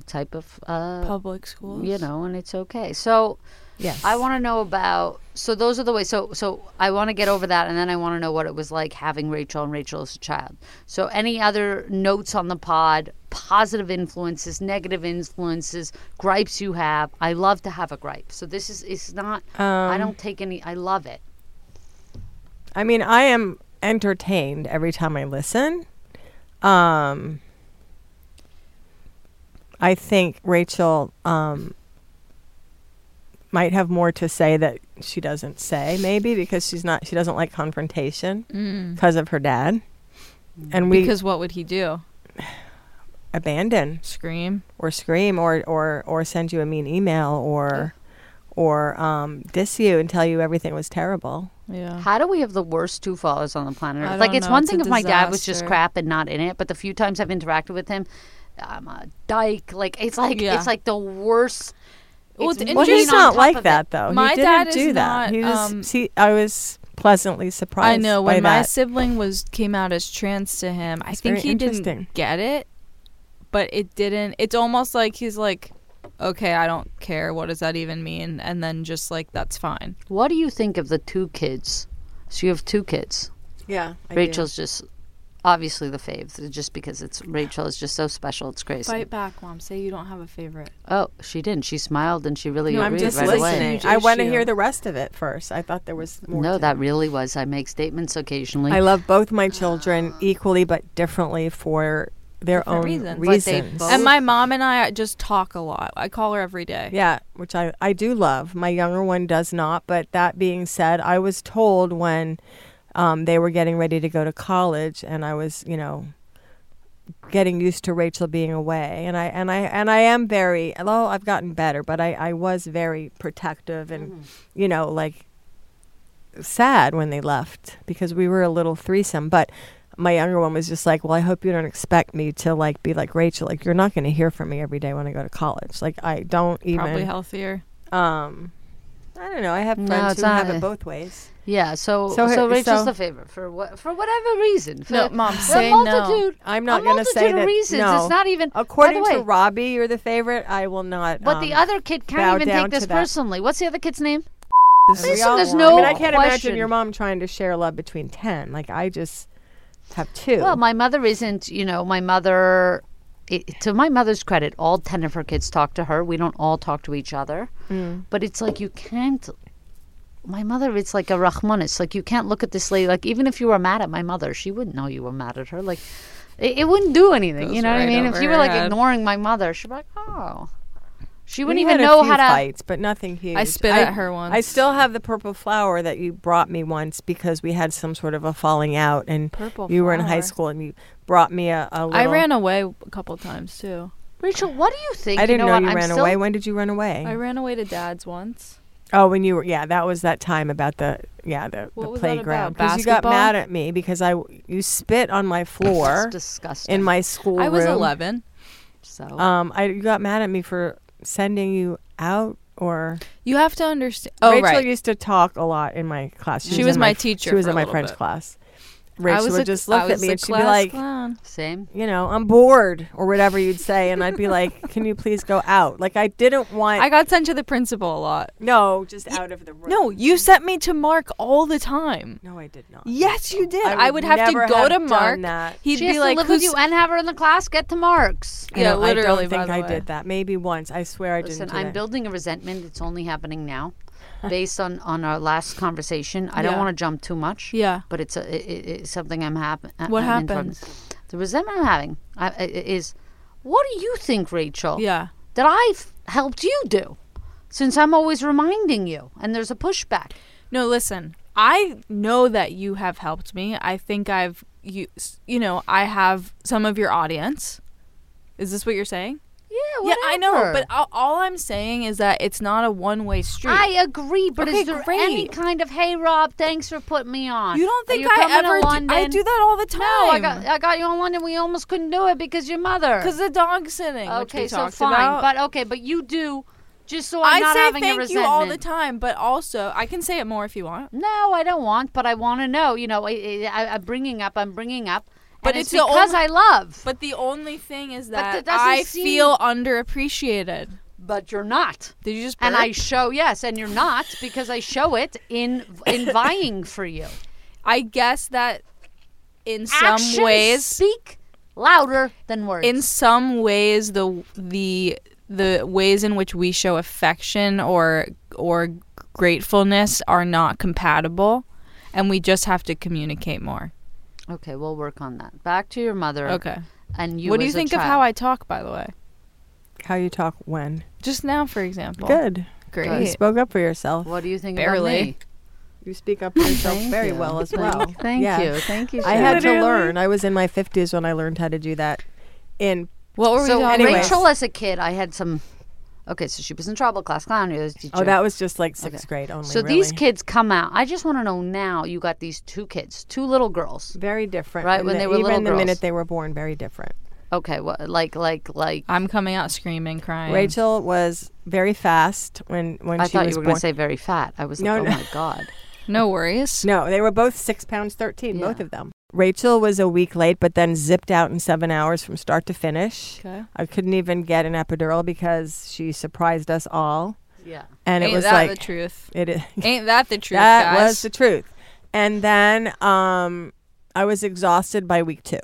S1: type of uh,
S2: public schools.
S1: you know and it's okay so
S4: Yes.
S1: I want to know about so those are the ways. So so I want to get over that, and then I want to know what it was like having Rachel and Rachel as a child. So any other notes on the pod? Positive influences, negative influences, gripes you have. I love to have a gripe. So this is it's not.
S2: Um,
S1: I don't take any. I love it.
S4: I mean, I am entertained every time I listen. Um, I think Rachel um, might have more to say that she doesn't say, maybe because she's not. She doesn't like confrontation
S2: Mm.
S4: because of her dad, and we
S2: because what would he do?
S4: abandon
S2: Scream.
S4: or scream or or or send you a mean email or or um, diss you and tell you everything was terrible.
S2: Yeah.
S1: How do we have the worst two fathers on the planet?
S2: I
S1: Earth? Like
S2: don't
S1: it's
S2: know.
S1: one
S2: It's a
S1: thing if my dad was just
S2: disaster.
S1: crap and not in it, but the few times I've interacted with him, I'm a dyke. Like it's like
S2: Yeah.
S1: it's like the worst.
S2: Well,
S1: it's
S2: it's
S1: mean
S4: Well, he's
S1: on
S4: not
S1: top of
S4: like
S1: it.
S4: that though.
S2: My
S4: he didn't
S2: dad is
S4: do that.
S2: not,
S4: he was.
S2: um,
S4: see, I was pleasantly surprised.
S2: I know
S4: by
S2: when my
S4: that.
S2: sibling was came out as trans to him, I
S4: It's
S2: think
S4: very
S2: he
S4: interesting.
S2: didn't get it, but it didn't. It's almost like he's like, okay, I don't care. What does that even mean? And then just like that's fine.
S1: What do you think of the two kids? So you have two kids.
S4: yeah, I do.
S1: Rachel's just obviously the fave, just because it's Rachel is just so special. It's crazy.
S2: back, mom. Say you don't have a favorite.
S1: Oh, she didn't. She smiled and she really
S2: No, I'm
S1: agreed
S2: just
S1: right away.
S2: listening. Huge
S4: I want to
S2: issue.
S4: hear the rest of it first. I thought there was more.
S1: No,
S4: to
S1: that Ah.
S4: it.
S1: really was. I make statements occasionally.
S4: I love both my children equally, but differently for their
S2: Different
S4: own
S2: reasons.
S1: But they
S4: reasons.
S1: both-
S2: And my mom and I just talk a lot. I call her every day.
S4: Yeah, which I, I do love. My younger one does not. But that being said, I was told when um, they were getting ready to go to college, and I was, you know, getting used to Rachel being away, and I and I and I am very. Although I've gotten better, but I I was very protective
S1: Mm-hmm.
S4: and you know like sad when they left because we were a little threesome, but. My younger one was just like, "Well, I hope you don't expect me to like be like Rachel. Like, you're not going to hear from me every day when I go to college. Like, I don't even
S2: Probably healthier.
S4: um I don't know. I have
S1: No,
S4: friends
S1: it's
S4: who have
S1: not.
S4: it both ways.
S1: yeah. So
S4: So
S1: so,
S4: her-
S1: Rachel's
S4: so-
S1: the favorite for what for whatever reason. For,
S2: No, mom,
S1: for
S2: say
S1: a
S2: no.
S1: multitude.
S4: I'm not
S1: a
S4: going to say
S1: multitude of
S4: that.
S1: reasons.
S4: No.
S1: It's not even. by the
S4: According
S1: way,
S4: to Robbie, you're the favorite. I will not.
S1: But
S4: um,
S1: the other kid
S4: bow
S1: can't even take
S4: down to
S1: this
S4: that.
S1: personally. What's the other kid's name?
S4: this
S1: listen,
S4: we all
S1: there's
S4: want.
S1: no
S4: I mean, I can't
S1: question.
S4: imagine your mom trying to share love between ten. Like I just have two.
S1: Well, my mother isn't, you know, my mother it, to my mother's credit, all 10 of her kids talk to her. We don't all talk to each other.
S4: Mm.
S1: But it's like you can't. My mother, it's like a Rahman. It's like you can't look at this lady. Like, even if you were mad at my mother, she wouldn't know you were mad at her. Like, it, it wouldn't do anything. you
S2: Goes
S1: know what I
S2: right
S1: mean? If
S2: over
S1: you were
S2: her
S1: like
S2: head.
S1: ignoring my mother, she'd be like, oh. She wouldn't
S4: We
S1: even
S4: had a
S1: know
S4: few
S1: how to.
S4: fights, but nothing huge.
S2: I spit at her once.
S4: I still have the purple flower that you brought me once because we had some sort of a falling out, and
S2: Purple
S4: you were in high
S2: flower.
S4: school, and you brought me a, a little.
S2: I ran away a couple times too.
S1: Rachel, what do you think?
S4: I didn't
S1: you know,
S4: know,
S1: what?
S4: you
S1: I'm
S4: ran
S1: still-
S4: away. When did you run away?
S2: I ran away to dad's once.
S4: oh, when you were yeah, that was that time about the yeah the,
S2: What
S4: the
S2: was that
S4: playground
S2: about?
S4: you got
S2: Basketball?
S4: mad at me because I you spit on my floor
S1: That's disgusting.
S4: in my school.
S2: I was
S4: room.
S2: 11.
S1: so
S4: Um, I you got mad at me for sending you out or
S2: You have to understand. Oh
S4: Rachel
S2: right.
S4: used to talk a lot in my class.
S2: She was
S4: in
S2: my teacher
S4: She was
S2: for a
S4: in my
S2: little
S4: French
S2: bit.
S4: class.
S2: I
S4: Rachel
S2: was
S4: would
S2: a-
S4: just
S2: I
S4: look at
S2: was
S4: me
S2: the
S4: and she'd be
S2: class
S4: like,
S2: clown.
S1: same.
S4: you know, I'm bored or whatever you'd say, and I'd be like, can you please go out? Like I didn't want
S2: I got sent to the principal a lot.
S4: no, just out of the room.
S2: No, you sent me to Mark all the time.
S4: no, I did not.
S2: Yes, you did.
S4: I
S2: I
S4: would
S2: would, have
S4: never
S2: to go
S4: have
S2: to
S4: done
S2: Mark.
S4: that.
S2: He'd
S1: she
S2: be
S1: has
S2: like,
S1: to live
S2: "Who's
S1: with you and have her in the class. Get to marks.
S4: I
S2: Yeah,
S4: don't-
S2: literally,
S4: I don't think
S2: by the
S4: I
S2: way.
S4: did that. Maybe once. I swear I didn't.
S1: Listen,
S4: do
S1: I'm
S4: that.
S1: building a resentment. It's only happening now, based on on our last conversation. I don't
S2: Yeah.
S1: want to jump too much.
S2: Yeah.
S1: but it's a, i- i- it's something I'm having.
S2: What
S1: I'm in front-
S2: happens?
S1: The resentment I'm having I, I- is, what do you think, Rachel?
S2: Yeah.
S1: that I've helped you do, since I'm always reminding you, and there's a pushback.
S2: No, listen. I know that you have helped me. I think I've you you know, I have some of your audience. Is this what you're saying?
S1: Yeah,
S2: Yeah, I know,
S1: whatever.
S2: but all, all I'm saying is that it's not a one-way street.
S1: I agree, but
S2: Okay,
S1: is there
S2: great.
S1: any kind of hey Rob, thanks for putting me on?
S2: you don't
S1: Are
S2: think
S1: you
S2: I
S1: coming to
S2: ever do, I
S1: London?
S2: do that all the time.
S1: No, I got I got you on London. We almost couldn't do it because your mother.
S2: cuz the dog sitting, which we
S1: okay, so
S2: talked
S1: fine,
S2: about.
S1: but okay, but you do. Just so I'm
S2: I
S1: not
S2: say
S1: having a
S2: thank you
S1: resentment.
S2: all the time, but also I can say it more if you want.
S1: No, I don't want, but I want to know. You know, I, I, I'm bringing up. I'm bringing up.
S2: But
S1: and it's,
S2: it's the
S1: because
S2: only-
S1: I love.
S2: But the only thing is
S1: that
S2: that,
S1: doesn't
S2: I
S1: seem-
S2: feel underappreciated.
S1: But you're not.
S2: Did you just
S1: And I
S2: burp?
S1: show yes, and you're not because I show it in in vying for you.
S2: I guess that in some
S1: Actions
S2: ways
S1: speak louder than words.
S2: in some ways the the the ways in which we show affection or or gratefulness are not compatible and we just have to communicate more.
S1: okay, we'll work on that. Back to your mother.
S2: Okay.
S1: And you.
S2: what do you
S1: as a
S2: think of
S1: child.
S2: how I talk by the way?
S4: How you talk when?
S2: Just now for example.
S4: Good.
S2: Great.
S4: You spoke up for yourself.
S1: What do you think
S2: Barely.
S1: about me?
S4: You speak up for yourself
S1: Thank
S4: very
S1: you.
S4: well as
S1: Thank-
S4: well.
S1: Thank
S4: Yeah.
S1: you. Thank you.
S4: I had to
S2: Literally.
S4: learn. I was in my 50s when I learned how to do that. In
S2: What were we
S1: So
S2: talking
S4: anyways.
S1: Rachel, as a kid, I had some. Okay, so she was in trouble. Class clown. Your teacher.
S4: oh, that was just like sixth grade only.
S1: so these
S4: really.
S1: kids come out. I just want to know now. You got these two kids, two little girls.
S4: very different,
S1: Right,
S4: And
S1: when
S4: the-
S1: they were
S4: even
S1: little
S4: the
S1: girls.
S4: minute they were born, very different.
S1: Okay, wha- like like like.
S2: about? I'm coming out screaming, crying.
S4: Rachel was very fast when when
S1: I
S4: she
S1: thought
S4: was
S1: you were
S4: born.
S1: going to say very fat. I was
S4: No,
S1: like,
S4: no.
S1: oh my god.
S2: No worries.
S4: no, they were both six pounds thirteen,
S1: Yeah.
S4: both of them. Rachel was a week late, but then zipped out in seven hours from start to finish.
S2: Okay.
S4: I couldn't even get an epidural because she surprised us all,
S1: Yeah.
S4: and
S2: Ain't
S4: it was
S2: that
S4: like
S2: the truth?
S4: it is.
S2: Ain't that the truth,
S4: that
S2: guys?
S4: was the truth. And then um, I was exhausted by week two.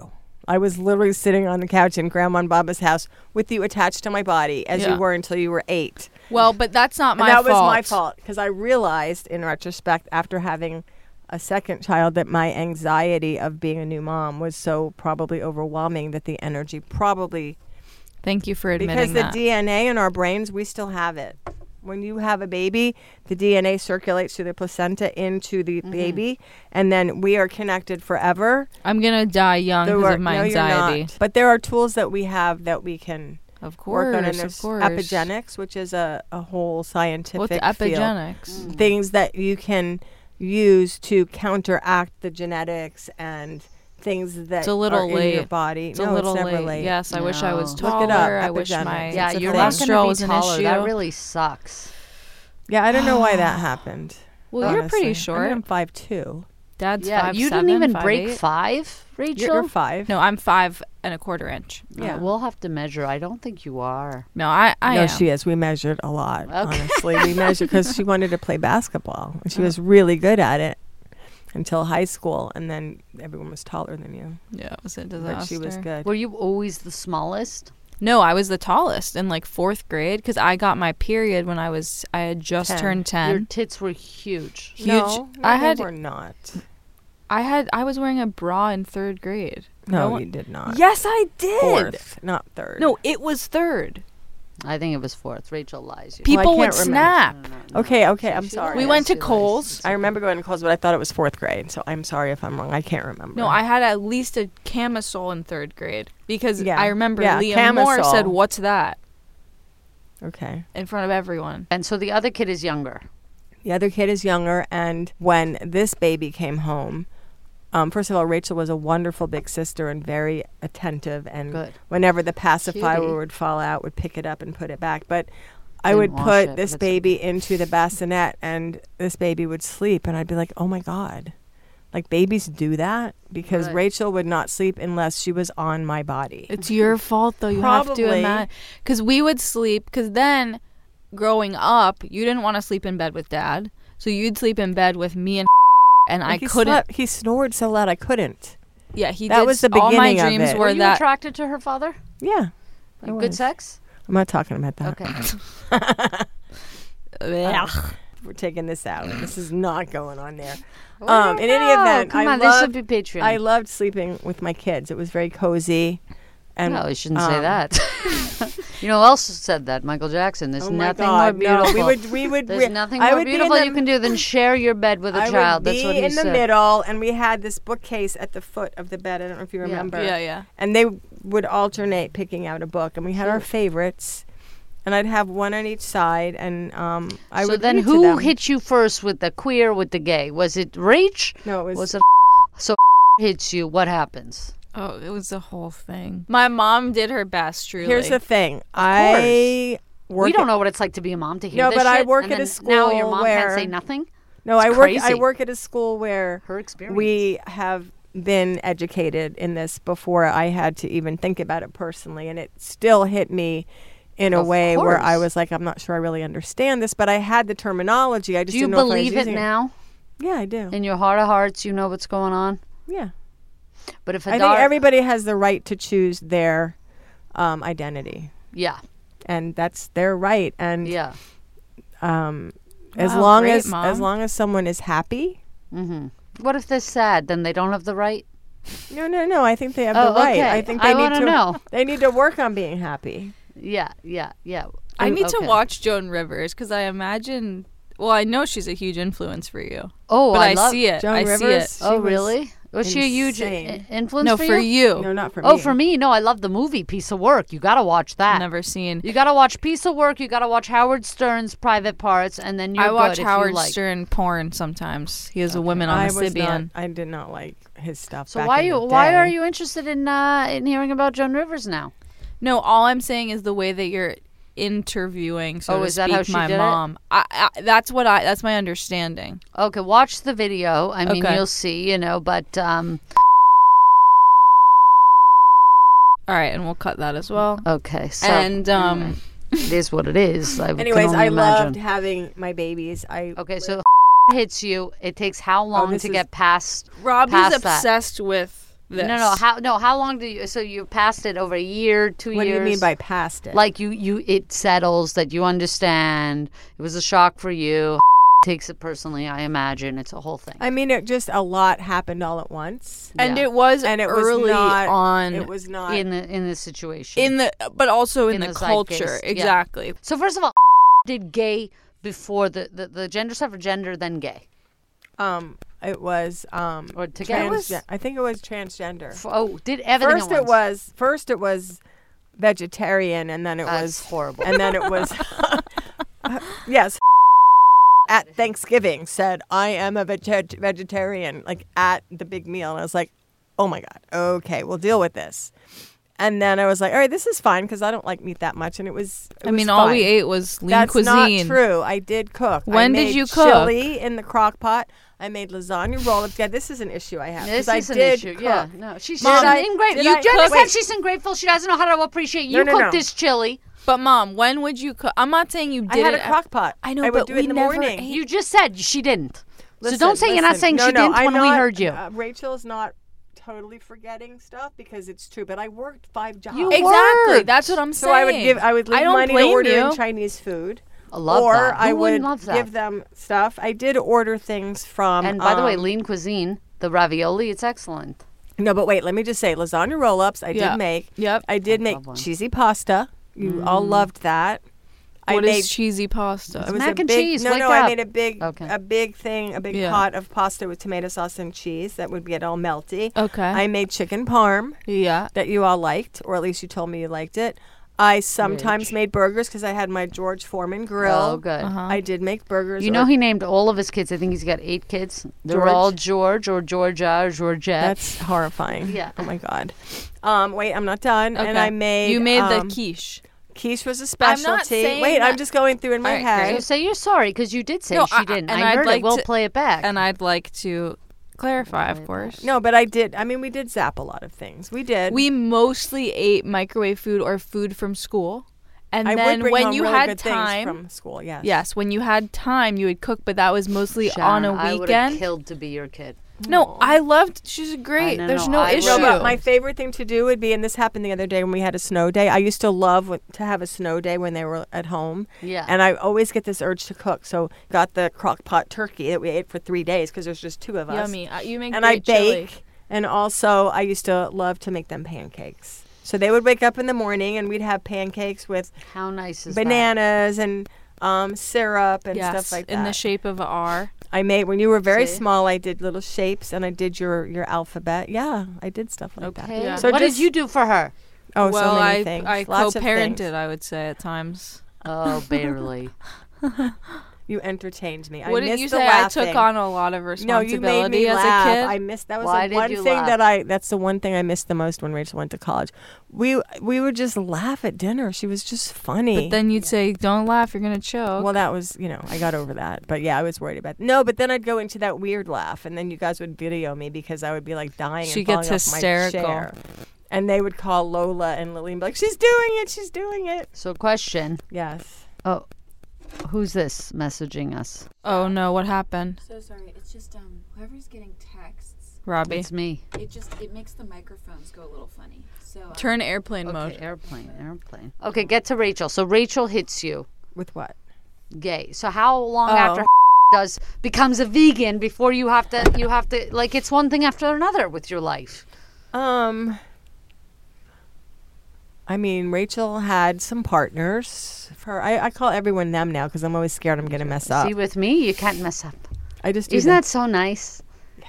S4: I was literally sitting on the couch in Grandma and Baba's house with you attached to my body as
S2: Yeah.
S4: you were until you were eight.
S2: well, but that's not my
S4: and that
S2: fault.
S4: was my fault because I realized in retrospect after having a second child that my anxiety of being a new mom was so probably overwhelming that the energy probably
S2: Thank you for admitting
S4: because the
S2: that.
S4: DNA in our brains, we still have it. When you have a baby, the DNA circulates through the placenta into the
S2: Mm-hmm.
S4: baby, and then we are connected forever.
S2: I'm gonna die young
S4: There
S2: because
S4: are-
S2: of my
S4: no, you're not.
S2: anxiety.
S4: But there are tools that we have that we can
S2: Of course,
S4: work on. And
S2: of
S4: there's
S2: course.
S4: epigenics, which is a, a whole scientific
S2: What's
S4: field Mm,
S2: epigenics?
S4: things that you can use to counteract the genetics and things that
S2: It's a little
S4: are in your
S2: late.
S4: body.
S2: It's
S4: no,
S2: a little
S4: it's never
S2: late.
S4: late.
S2: Yes, I wish I was
S1: No.
S4: Look it
S2: taller.
S4: up,
S2: I wish my
S4: epigenics.
S1: Yeah,
S4: It's a
S1: you're
S4: thing.
S1: not going
S2: cholesterol
S1: to
S2: was
S1: be
S2: an
S1: taller.
S2: issue.
S1: That really sucks.
S4: Yeah, I don't know why that happened.
S2: well, you're pretty
S4: honestly. I mean,
S2: short.
S4: I'm five two.
S2: Dad's
S1: yeah,
S2: five
S1: you did
S2: seven,
S1: didn't even
S2: five
S1: break
S2: eight.
S1: five, Rachel.
S4: You're five.
S2: No, I'm five and a quarter inch.
S1: yeah, we'll have to measure. I don't think you are.
S2: No, I, I
S4: no,
S2: am.
S4: she is. We measured a lot.
S1: Okay.
S2: Oh.
S4: Honestly, we measured because she wanted to play basketball. and She was really good at it. until high school, and then everyone was taller than you.
S2: Yeah, it was a disaster.
S4: But she was good.
S1: Were you always the smallest?
S2: No, I was the tallest in like fourth grade because I got my period when I was I had just
S4: 10.
S2: turned
S1: Your
S2: ten.
S1: tits were huge.
S2: huge.
S4: No, no,
S2: I
S4: they
S2: had
S4: were not.
S2: I had I was wearing a bra in third grade.
S4: No,
S2: one-
S4: you did not.
S2: yes, I did.
S4: Fourth, not third.
S2: No, it was third.
S1: I think it was fourth. Rachel lies. You
S2: People
S4: I
S2: would
S4: can't
S2: snap.
S4: remember. Okay, okay,
S1: She-
S4: I'm
S1: she
S4: sorry.
S2: We
S1: lies,
S2: went to
S1: she lies.
S2: Kohl's.
S4: I remember going to Kohl's, but I thought it was fourth grade, so I'm sorry if I'm wrong. I can't remember.
S2: No, I had at least a camisole in third grade because
S4: Yeah.
S2: I remember
S4: Yeah,
S2: Liam Moore
S4: camisole.
S2: said, "What's that?"
S4: Okay.
S2: in front of everyone.
S1: And so the other kid is younger.
S4: The other kid is younger, and when this baby came home, um, first of all, Rachel was a wonderful big sister and very attentive. And
S1: Good.
S4: whenever the pacifier
S1: Cutie.
S4: would fall out, would pick it up and put it back. But I
S1: Didn't
S4: would
S1: wash
S4: put
S1: it,
S4: this
S1: but it's-
S4: baby into the bassinet, and this baby would sleep, and I'd be like, "Oh my god." Like babies do that because
S1: Right.
S4: Rachel would not sleep unless she was on my body.
S2: It's your fault though. You have to
S4: Probably.
S2: imagine because we would sleep because then growing up you didn't want to sleep in bed with dad, so you'd sleep in bed with me and and
S4: Like,
S2: I
S4: he
S2: couldn't.
S4: slept- he snored so loud I couldn't.
S2: Yeah, he.
S4: That
S2: did
S4: was the
S2: s- all my
S4: beginning of
S2: dreams
S4: it.
S1: Were
S2: were
S1: you
S2: that.
S1: attracted to her father?
S4: Yeah, I
S1: Like, good
S4: was.
S1: sex?
S4: I'm not talking about that.
S1: Okay.
S2: Ugh.
S4: We're taking this out. This is not going on there.
S1: Well, I
S4: Um,
S1: don't
S4: in any
S1: know.
S4: event,
S1: come
S4: I
S1: on,
S4: loved-
S1: this should be Patreon.
S4: I loved sleeping with my kids. It was very cozy. And
S1: no, you shouldn't say
S4: um,
S1: that. you know who else said that? Michael Jackson. There's
S4: Oh my
S1: nothing
S4: God,
S1: more beautiful.
S4: No, we would. We would.
S1: There's
S4: we-
S1: nothing
S4: I
S1: more
S4: would be in
S1: beautiful
S4: the-
S1: you can do than share your bed with a
S4: I
S1: child.
S4: would
S1: That's
S4: be
S1: what he
S4: in
S1: said.
S4: the middle, and we had this bookcase at the foot of the bed. I don't know if you
S1: Yeah.
S4: remember.
S2: Yeah, yeah.
S4: And they would alternate picking out a book, and we had our favorites. And I'd have one on each side, and um, I
S1: so
S4: would.
S1: then,
S4: read to
S1: who
S4: them.
S1: hit you first with the queer, with the gay? Was it Rach?
S4: No, it was.
S1: Was it? So hits you. What happens?
S2: Oh, it was the whole thing. My mom did her best. Truly,
S4: here's the thing. I work.
S1: we don't
S4: at-
S1: know what it's like to be a mom to hear
S4: No,
S1: this
S4: but I
S1: shit,
S4: work
S1: and
S4: at a
S1: then Now your
S4: school
S1: mom can't
S4: where-
S1: say nothing.
S4: No,
S1: It's
S4: I work.
S1: crazy.
S4: I work at a school where
S1: Her experience.
S4: we have been educated in this before I had to even think about it personally, and it still hit me in a
S1: Of
S4: way where I
S1: course.
S4: was like, I'm not sure I really understand this, but I had the terminology. I just
S1: do you
S4: didn't know if I was
S1: believe it
S4: using
S1: now?
S4: Yeah, I do.
S1: In your heart of hearts, you know what's going on.
S4: Yeah,
S1: But if a
S4: I think
S1: daughter,
S4: everybody has the right to choose their um, identity,
S1: yeah,
S4: and that's their right. And
S1: yeah,
S4: um, as
S2: Wow,
S4: long
S2: great,
S4: as
S2: Mom.
S4: as long as someone is happy.
S1: hmm What if they're sad? Then they don't have the right.
S4: No, no, no. I think they have
S1: Oh,
S4: the right.
S1: okay.
S4: I think they
S1: I
S4: need
S1: wanna
S4: to
S1: know.
S4: They need to work on being happy.
S1: Yeah, yeah, yeah.
S2: I need
S1: Okay.
S2: to watch Joan Rivers because I imagine. Well, I know she's a huge influence for you,
S1: Oh,
S2: but
S1: I,
S2: I,
S1: love.
S2: see it.
S4: Joan
S2: I see
S4: Rivers.
S2: it.
S1: Oh,
S4: was
S1: really? Was she a huge i-
S4: insane.
S1: influence?
S2: No,
S1: for
S2: for you.
S4: No, not for
S1: Oh,
S4: me.
S1: for me, no. I love the movie Piece of Work. You gotta watch that.
S2: Never seen.
S1: You gotta watch Piece of Work. You gotta watch Howard Stern's Private Parts, and then you're
S2: I watch
S1: good if you
S2: Howard
S1: like.
S2: Stern porn sometimes. He has a woman on
S4: I
S2: a
S4: was not,
S2: Sibian.
S4: I did not like his stuff.
S1: So
S4: back
S1: why
S4: in
S1: you
S4: the
S1: why
S4: day.
S1: are you interested in uh, in hearing about Joan Rivers now?
S2: No, all I'm saying is the way that you're interviewing. So
S1: Oh,
S2: to
S1: is that
S2: speak,
S1: how she
S2: my
S1: did it?
S2: mom. I, I, that's what I. That's my understanding.
S1: Okay, watch the video. I mean,
S2: Okay.
S1: you'll see, you know. But um,
S2: All right, and we'll cut that as well.
S1: okay, so
S2: and um,
S1: it is what it is. I can
S4: Anyways,
S1: only
S4: I
S1: imagine.
S4: loved having my babies. I
S1: Okay, so hits you. It takes how long
S4: Oh, this
S1: to
S4: is-
S1: get past?
S2: Robbie's
S1: Pass that.
S2: obsessed with this.
S1: No, no. How no? How long do you? So you passed it over a year, two
S4: what
S1: years.
S4: do you mean by past it?
S1: like you? You it settles that you understand. It was a shock for you. Takes it personally. I imagine it's a whole thing.
S4: I mean, it just a lot happened all at once,
S2: and
S1: Yeah.
S2: it was
S4: and it
S2: early
S4: was not
S2: on
S4: It was not.
S1: in the in this situation.
S2: in the, but also in,
S1: In
S2: the,
S1: the
S2: culture.
S1: zeitgeist, yeah.
S2: Exactly.
S1: so first of all, did gay before the the, the gender stuff or gender then gay
S4: um, it was um.
S1: or together?
S4: Transge- I think it was transgender.
S1: F- oh, did everything
S4: First,
S1: at
S4: it
S1: once.
S4: was first it was vegetarian, and then it
S1: That's
S4: was
S1: horrible.
S4: and then it was yes at thanksgiving said i am a vege- vegetarian like at the big meal and i was like oh my god okay we'll deal with this and then i was like all right this is fine because i don't like meat that much and it was it
S2: I
S4: was
S2: mean, all we
S4: fine.
S2: ate was lean
S4: that's
S2: cuisine.
S4: not true i did cook I
S2: When did
S4: made
S2: you cook?
S4: chili in the crock pot i made lasagna roll-ups yeah this is an issue i have
S1: This
S4: 'cause
S1: is
S4: i
S1: an
S4: did
S1: issue.
S4: cook.
S1: Yeah, no, she's
S4: Mom,
S1: she's
S4: did I-
S1: ingrateful.
S4: did
S1: You
S4: I-
S1: do you understand?
S4: Wait.
S1: She's ungrateful. She doesn't know how to appreciate. You
S4: no,
S1: cooked
S4: no.
S1: this chili.
S2: But mom, when would you cook? I'm not saying you did
S4: I had
S2: it
S4: a
S2: at-
S4: crock pot.
S2: I know,
S4: I would
S2: but
S4: do
S2: we
S4: it in the
S2: never
S4: morning.
S2: ate-
S1: You just said she didn't. So don't say you're not saying
S4: no,
S1: she
S4: no,
S1: didn't
S4: I'm
S1: when we
S4: not-
S1: heard you.
S4: Uh, Rachel's not totally forgetting stuff because it's true. But I worked five jobs.
S1: You
S2: Exactly.
S1: worked.
S2: That's what I'm
S4: so
S2: saying.
S4: I would give. I would leave
S2: don't
S4: money to
S2: blame
S4: order
S2: you.
S4: in Chinese food.
S1: I love
S4: or
S1: that. Who
S4: I would
S1: wouldn't love that?
S4: give them stuff. I did order things from.
S1: and by the way,
S4: um,
S1: lean cuisine, the ravioli, it's excellent.
S4: no, but wait. Let me just say, lasagna roll-ups. I
S2: Yeah.
S4: did make.
S2: Yep.
S4: I did
S1: love one.
S4: make cheesy pasta. You all loved that. I
S2: What is
S4: made
S2: cheesy pasta?
S4: It was
S1: mac
S4: a
S1: and
S4: big-
S1: cheese,
S4: No,
S1: wake
S4: no,
S1: up.
S4: I made a big,
S1: Okay.
S4: a big thing, a big
S2: Yeah.
S4: pot of pasta with tomato sauce and cheese that would get all melty.
S2: Okay.
S4: I made chicken parm
S2: yeah.
S4: that you all liked, or at least you told me you liked it. I sometimes
S1: Rich.
S4: made burgers because I had my George Foreman grill.
S1: Oh, good.
S2: Uh-huh.
S4: I did make burgers.
S1: You
S4: or-
S1: know, he named all of his kids. I think he's got eight kids. They're
S4: George?
S1: all George or Georgia or Georgette.
S4: that's horrifying.
S1: Yeah.
S4: Oh my god. Um, wait, I'm not done.
S2: Okay.
S4: And I made
S2: You made
S4: um,
S2: the quiche.
S4: quiche was a
S2: not
S4: specialty.
S2: saying
S4: wait, I'm
S2: that-
S4: just going through in my
S2: All right,
S4: head.
S1: So say you're sorry because you did say
S2: No,
S1: she
S2: I-
S1: didn't.
S2: and
S1: I
S2: I'd
S1: heard
S2: like
S1: it. We'll
S2: to-
S1: play it back.
S2: And I'd like to clarify, of course.
S4: No, but I did. I mean, we did zap a lot of things. We did.
S2: We mostly ate microwave food or food from school. And
S4: I would
S2: then
S4: bring
S2: when
S4: home
S2: you
S4: really
S2: had
S4: good things
S2: time,
S4: from school. Yes.
S2: yes, when you had time, you would cook, but that was mostly on
S1: Sharon,
S2: a
S1: I would have
S2: weekend.
S1: killed to be your kid.
S2: no, I loved. She's great.
S1: know,
S2: There's
S1: no,
S2: no,
S1: I
S2: issue.
S4: No,
S1: love-
S4: but my favorite thing to do would be, and this happened the other day when we had a snow day. I used to love when, to have a snow day when they were at home.
S1: Yeah.
S4: And I always get this urge to cook. So got the crock pot turkey that we ate for three days because there's just two of us.
S2: Yummy. Uh, You make
S4: And I
S2: great chili.
S4: bake. And also, I used to love to make them pancakes. So they would wake up in the morning and we'd have pancakes with
S1: How nice is that?
S4: bananas and um, syrup and
S2: yes,
S4: stuff like that.
S2: in the shape of a R.
S4: I made when you were very
S1: See?
S4: small. I did little shapes and I did your your alphabet. Yeah, I did stuff like that.
S1: Okay.
S2: Yeah.
S1: So
S4: So
S1: what
S4: just-
S1: did you do for her?
S4: Oh,
S2: well,
S4: so many
S2: I
S4: things.
S2: I
S4: Lots of
S2: co-parented,
S4: things.
S2: I would say at times.
S1: Oh, barely.
S4: You entertained me. I
S2: Wouldn't
S4: missed
S2: you
S4: the
S2: say I took
S4: laughing.
S2: on a lot of
S4: No,
S2: responsibility
S4: you made me
S2: as
S4: laugh.
S2: a kid?
S4: I missed that was
S1: Why
S4: the
S1: did
S4: one
S1: you
S4: thing
S1: laugh?
S4: that I. That's the one thing I missed the most when Rachel went to college. We we would just laugh at dinner. She was just funny.
S2: but then you'd say, "Don't laugh, you're gonna choke."
S4: well, that was you know I got over that. But yeah, I was worried about no. But then I'd go into that weird laugh, and then you guys would video me because I would be like dying.
S2: She
S4: and falling
S2: gets
S4: off my
S2: hysterical.
S4: chair. And they would call Lola and Lily and be like, "She's doing it! She's doing it!"
S1: so question.
S4: Yes.
S1: Oh, who's this messaging us?
S2: oh no, what happened,
S5: So sorry. It's just um, whoever's getting texts,
S2: Robbie?
S1: It's me.
S5: it just it makes the microphones go a little funny. So um,
S2: Turn airplane
S1: Okay,
S2: mode.
S1: airplane, airplane. Okay, get to Rachel. So Rachel hits you.
S4: With what?
S1: Gay. So how long
S2: Oh.
S1: after does becomes a vegan before you have to you have to like it's one thing after another with your life.
S4: Um, I mean, Rachel had some partners. For I, I call everyone them now because I'm always scared I'm going to mess up.
S1: See with me, you can't mess up.
S4: I just do
S1: Isn't
S4: that.
S1: that so nice?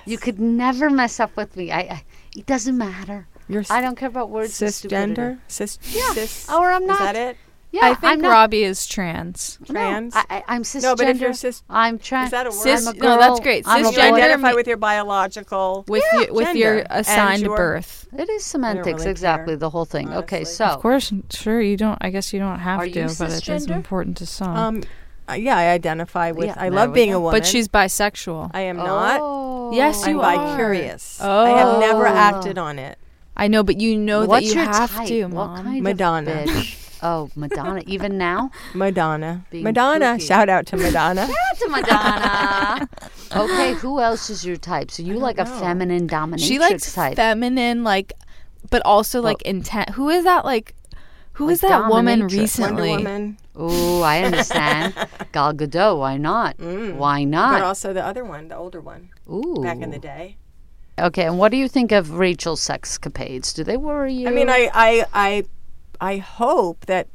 S1: You could never mess up with me. I, I it doesn't matter.
S4: You're s-
S1: I don't care about words. and stupidity.
S4: cisgender, cis, cis.
S1: Oh, or I'm
S4: Is
S1: not.
S4: that it?
S1: Yeah,
S2: I think
S1: am not,
S2: Robbie is trans.
S4: Trans.
S1: No, I, I, I'm cisgender.
S4: No, but if you're cis-
S1: I'm trans.
S4: is that a word?
S2: Cis-
S1: I'm a
S2: no,
S1: girl,
S2: that's great.
S1: I'm a
S4: you
S1: boy.
S2: Cisgender
S4: identify
S2: me-
S4: with your biological.
S2: With
S1: Yeah,
S2: your, with your
S4: gender. And
S2: assigned
S4: your-
S2: birth.
S1: It is semantics,
S4: really
S1: exactly.
S4: care,
S1: The whole thing. Okay,
S4: honestly.
S1: so
S2: Of course, sure. You don't. I guess you don't have
S1: Oh. Are
S2: to,
S1: you
S2: but it is
S1: cisgender?
S2: important to some.
S4: Um, uh, yeah, I identify with.
S1: Yeah,
S4: I
S1: there
S4: love
S1: we
S4: being
S1: go.
S4: a woman.
S2: but she's bisexual. I,
S4: I am not.
S1: Oh.
S2: Yes,
S4: I'm
S2: you are.
S4: bicurious. I have never
S1: Oh.
S4: acted on it.
S2: know, but you know
S1: What's
S2: that you
S1: your
S2: have
S1: type?
S2: to,
S1: What
S2: mom.
S1: kind of
S4: Madonna.
S1: bitch? Oh, Madonna. Even now,
S4: Madonna.
S1: Being
S4: Madonna.
S1: kooky.
S4: Shout out to Madonna.
S1: That's a Madonna. okay, who else is your type? So you like a feminine dominatrix
S2: She likes
S1: type?
S2: feminine, like, but also like intent. Who is that? Like, who is that woman
S1: dominatrix.
S2: recently?
S4: Wonder Woman.
S1: Ooh, I understand. Gal Gadot. Why not?
S2: Mm.
S1: Why
S4: But
S1: not?
S4: also the other one, the older one,
S1: Ooh.
S4: back in the day.
S1: Okay, and what do you think of Rachel's sexcapades? Do they worry you?
S4: I mean, I, I, I, I hope that